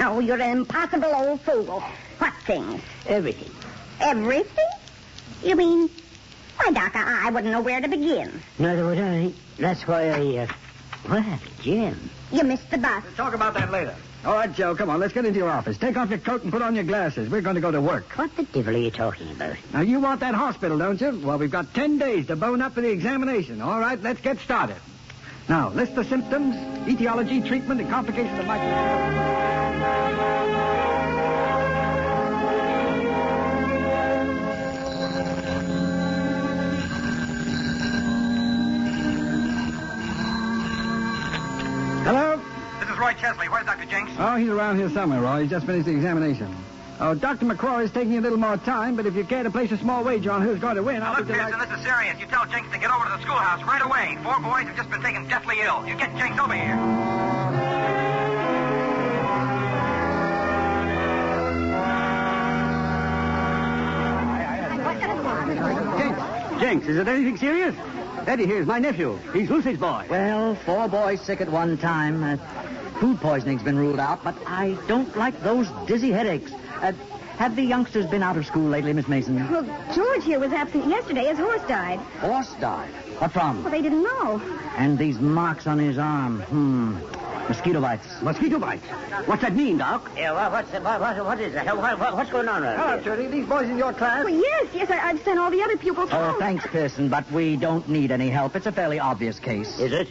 Speaker 9: Oh, you're an impossible old fool. What things?
Speaker 5: Everything.
Speaker 9: Everything? You mean, why, Doc, I, I wouldn't know where to begin.
Speaker 5: Neither would I. That's why I. Uh... What happened, Jim?
Speaker 9: You missed the bus.
Speaker 10: Talk about that later.
Speaker 7: All right, Joe, come on. Let's get into your office. Take off your coat and put on your glasses. We're going to go to work.
Speaker 5: What the devil are you talking about?
Speaker 7: Now, you want that hospital, don't you? Well, we've got ten days to bone up for the examination. All right, let's get started. Now, list the symptoms, etiology, treatment, and complications of micro. Hello?
Speaker 13: This is Roy Chesley. Where's Dr. Jenks?
Speaker 7: Oh, he's around here somewhere, Roy. He's just finished the examination. Oh, Dr. McCrory's taking a little more time, but if you care to place a small wager on who's going to win, I'll
Speaker 13: Look,
Speaker 7: be delighted-
Speaker 13: Pearson, this is serious. You tell Jenks to get over to the schoolhouse right away. Four boys have just been taken deathly ill. You get Jenks over here.
Speaker 7: Jenks, Jenks, is it anything serious? Eddie here's my nephew. He's Lucy's boy.
Speaker 14: Well, four boys sick at one time. Uh, food poisoning's been ruled out, but I don't like those dizzy headaches. Uh, have the youngsters been out of school lately, Miss Mason?
Speaker 9: Well, George here was absent yesterday. His horse died.
Speaker 14: Horse died. What from?
Speaker 9: Well, they didn't know.
Speaker 14: And these marks on his arm. Hmm. Mosquito bites.
Speaker 7: Mosquito bites? What's that mean, Doc?
Speaker 5: Yeah, well, what's the, what, what, what is the hell? What, what- what's going on around
Speaker 7: Hello,
Speaker 5: here?
Speaker 7: Trudy. These boys in your class?
Speaker 9: Well, yes, yes, I, I've sent all the other pupils
Speaker 14: Oh,
Speaker 9: home.
Speaker 14: thanks, Pearson, but we don't need any help. It's a fairly obvious case.
Speaker 5: Is it?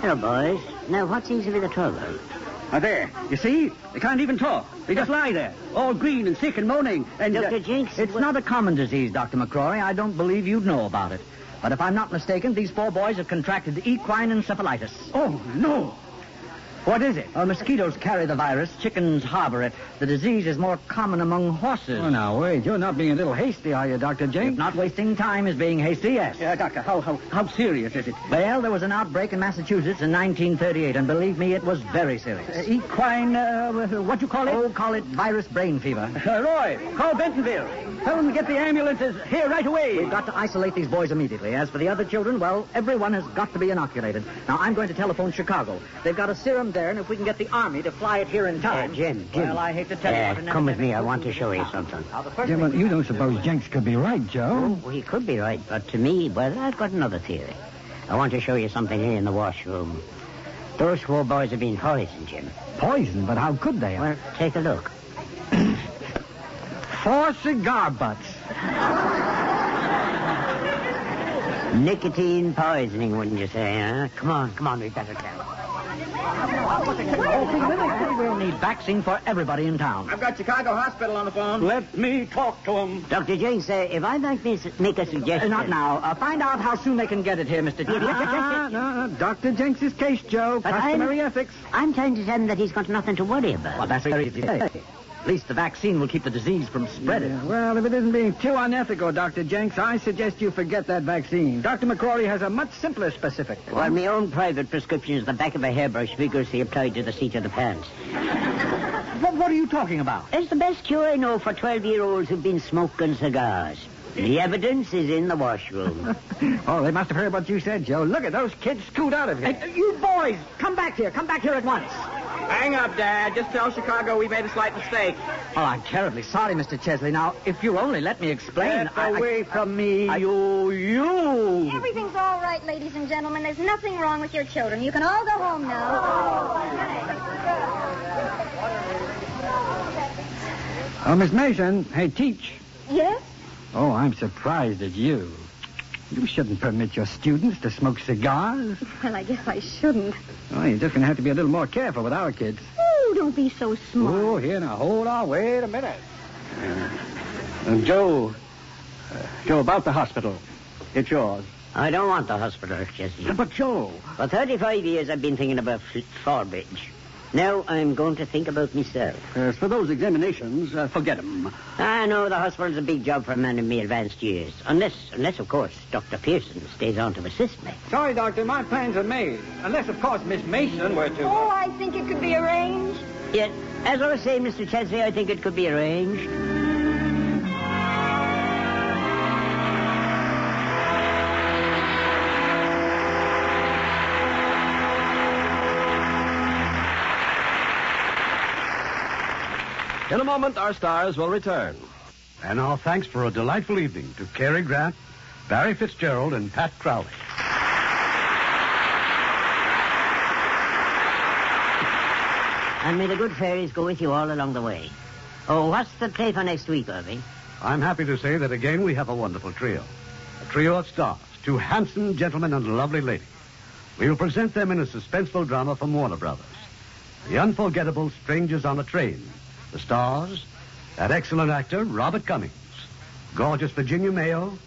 Speaker 5: Hello, boys. Now, what seems to be the trouble?
Speaker 7: Now, there. You see? They can't even talk. They just lie there, all green and sick and moaning. And
Speaker 14: Dr.
Speaker 5: Jenks,
Speaker 14: uh, It's not a common disease, Dr. McCrory. I don't believe you'd know about it. But if I'm not mistaken, these four boys have contracted equine encephalitis.
Speaker 7: Oh, no.
Speaker 14: What is it? Uh, mosquitoes carry the virus. Chickens harbor it. The disease is more common among horses.
Speaker 7: Oh, now, wait. You're not being a little hasty, are you, Dr. Jenks?
Speaker 14: Not wasting time is being hasty, yes.
Speaker 7: Yeah, Doctor, how, how, how serious is it?
Speaker 14: Well, there was an outbreak in Massachusetts in 1938, and believe me, it was very
Speaker 7: Uh,
Speaker 14: serious.
Speaker 7: equine, uh, what you call it?
Speaker 14: Oh, call it virus brain fever.
Speaker 7: [laughs] Uh, Roy, call Bentonville. Tell them to get the ambulances here right away.
Speaker 14: We've got to isolate these boys immediately. As for the other children, well, everyone has got to be inoculated. Now, I'm going to telephone Chicago. They've got a serum there, and if we can get the army to fly it here in time.
Speaker 5: Uh, Jim, Jim.
Speaker 14: Well, I hate to tell you.
Speaker 5: Yeah,
Speaker 14: what an
Speaker 5: come with me. I
Speaker 14: epidemic-
Speaker 5: want to show you something.
Speaker 14: Now, the first
Speaker 7: Yeah,
Speaker 14: thing
Speaker 7: but
Speaker 14: we
Speaker 7: you
Speaker 14: have
Speaker 7: don't
Speaker 14: to do
Speaker 7: suppose
Speaker 14: is-
Speaker 7: Jenks could be right,
Speaker 14: Oh,
Speaker 7: Joe?
Speaker 5: Well, he could be right, but to me, well, I've got another theory. I want to show you something here in the washroom. Those four boys have been poisoned, Jim.
Speaker 7: Poison, but how could they?
Speaker 5: Well, take a look.
Speaker 7: Four cigar butts.
Speaker 14: [laughs]
Speaker 5: Nicotine poisoning, wouldn't you say, huh? Come on, come on, we better tell.
Speaker 14: We'll need vaccine for everybody in town.
Speaker 10: I've got Chicago Hospital on the phone.
Speaker 7: Let me talk to him.
Speaker 5: Dr. Jenks, uh, if I might mis- make a
Speaker 14: Uh,
Speaker 5: suggestion.
Speaker 14: not now. Uh, find out how soon they can get it here, Mr. Chief. Ah,
Speaker 7: No,
Speaker 5: Uh-huh.
Speaker 7: no, no. Dr. Jenks's case, Joe.
Speaker 5: But
Speaker 7: Customary
Speaker 5: I'm-
Speaker 7: ethics.
Speaker 5: I'm trying to tell him that he's got nothing to worry about.
Speaker 14: Well, that's very easy. to say. At least the vaccine will keep the disease from spreading.
Speaker 7: Yeah, well, if it isn't being too unethical, Dr. Jenks, I suggest you forget that vaccine. Dr. McCrory has a much simpler specific.
Speaker 5: Well, my own private prescription is the back of a hairbrush vigorously applied to the seat of the pants.
Speaker 14: What, what are you talking about?
Speaker 5: It's the best cure I know for 12-year-olds who've been smoking cigars. The evidence is in the washroom.
Speaker 7: [laughs] Oh, they must have heard what you said, Joe. Look at those kids scoot out of here.
Speaker 14: you boys, come back here. Come back here at once.
Speaker 10: Hang up, Dad. Just tell Chicago we made a slight mistake.
Speaker 14: Oh, I'm terribly sorry, Mr. Chesley. Now, if you'll only let me explain.
Speaker 10: Get away
Speaker 14: from me, you, you.
Speaker 9: Everything's all right, ladies and gentlemen. There's nothing wrong with your children. You can all go home now.
Speaker 7: Oh, Miss Mason. Hey, teach.
Speaker 9: Yes?
Speaker 7: Oh, I'm surprised at you. You shouldn't permit your students to smoke cigars.
Speaker 9: Well, I guess I shouldn't.
Speaker 7: Oh, you're just going to have to be a little more careful with our kids.
Speaker 9: Oh, don't be so smart.
Speaker 7: Oh, here now, hold on, wait a minute. Uh, Joe, uh, Joe, about the hospital. It's yours.
Speaker 5: I don't want the hospital, Jesse.
Speaker 7: But Joe,
Speaker 5: For 35 years, I've been thinking about F- Forbridge. Now I'm going to think about myself.
Speaker 7: as Uh, for those examinations, uh, forget 'em.
Speaker 5: I know the hospital's a big job for a man in my advanced years. Unless, unless, of course, Dr. Pearson stays on to assist me.
Speaker 7: Sorry, Doctor, my plans are made. Unless, of course, Miss Mason were to.
Speaker 9: Oh, I think it could be arranged.
Speaker 5: Yet, as I was saying, Mr. Chesley, I think it could be arranged.
Speaker 12: In a moment, our stars will return.
Speaker 4: And our thanks for a delightful evening to Cary Grant, Barry Fitzgerald, and Pat Crowley.
Speaker 5: And may the good fairies go with you all along the way. Oh, what's the play for next week, Irving?
Speaker 4: I'm happy to say that again we have a wonderful trio. A trio of stars, two handsome gentlemen and a lovely lady. We will present them in a suspenseful drama from Warner Brothers. The unforgettable Strangers on a Train. The stars, that excellent actor, Robert Cummings. Gorgeous Virginia Mayo,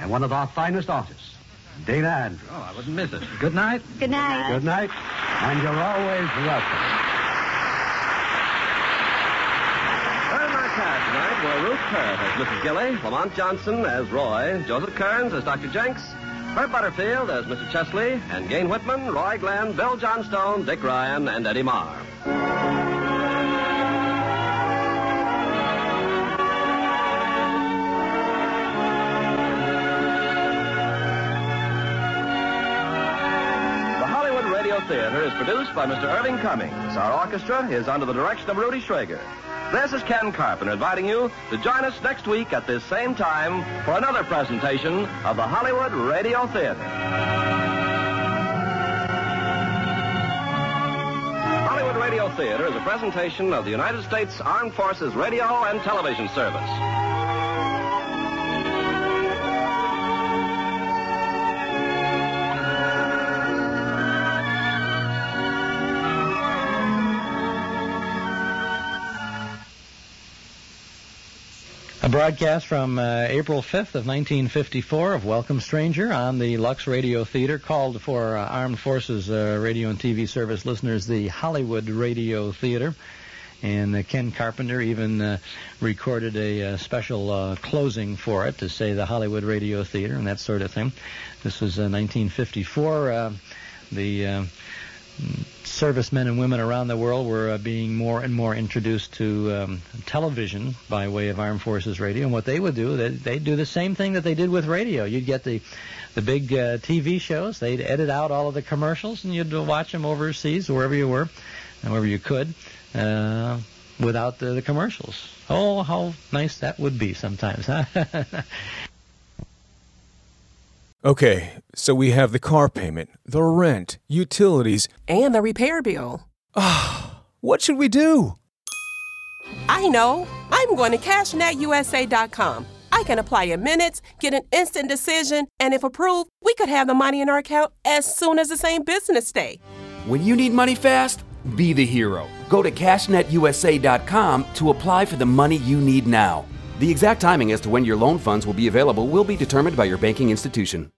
Speaker 4: and one of our finest artists, Dana Andrews.
Speaker 12: Oh, I wouldn't miss it. Good night.
Speaker 9: Good night.
Speaker 4: Good night, and you're always welcome.
Speaker 12: Earn My Cab tonight were Ruth Kerr as Mrs. Gilly, Lamont Johnson as Roy, Joseph Kearns as Dr. Jenks, Herb Butterfield as Mr. Chesley, and Gain Whitman, Roy Glenn, Bill Johnstone, Dick Ryan, and Eddie Marr. The Hollywood Radio Theater is produced by Mr. Irving Cummings. Our orchestra is under the direction of Rudy Schrager. This is Ken Carpenter inviting you to join us next week at this same time for another presentation of the Hollywood Radio Theater. Hollywood Radio Theater is a presentation of the United States Armed Forces Radio and Television Service.
Speaker 15: A broadcast from uh, April 5th of 1954 of Welcome Stranger on the Lux Radio Theater, called for uh, Armed Forces uh, Radio and TV Service listeners the Hollywood Radio Theater. And uh, Ken Carpenter even uh, recorded a uh, special uh, closing for it to say the Hollywood Radio Theater and that sort of thing. This was uh, 1954. Uh, the uh, servicemen and women around the world were uh, being more and more introduced to um, television by way of Armed Forces Radio. And what they would do, they, they'd do the same thing that they did with radio. You'd get the the big uh, TV shows. They'd edit out all of the commercials, and you'd watch them overseas, wherever you were, and wherever you could, uh, without the, the commercials. Oh, how nice that would be sometimes, huh? [laughs]
Speaker 16: Okay, so we have the car payment, the rent, utilities.
Speaker 17: And the repair bill.
Speaker 16: What should we do?
Speaker 17: I know. I'm going to CashNetUSA.com. I can apply in minutes, get an instant decision, and if approved, we could have the money in our account as soon as the same business day.
Speaker 18: When you need money fast, be the hero. Go to CashNetUSA.com to apply for the money you need now. The exact timing as to when your loan funds will be available will be determined by your banking institution.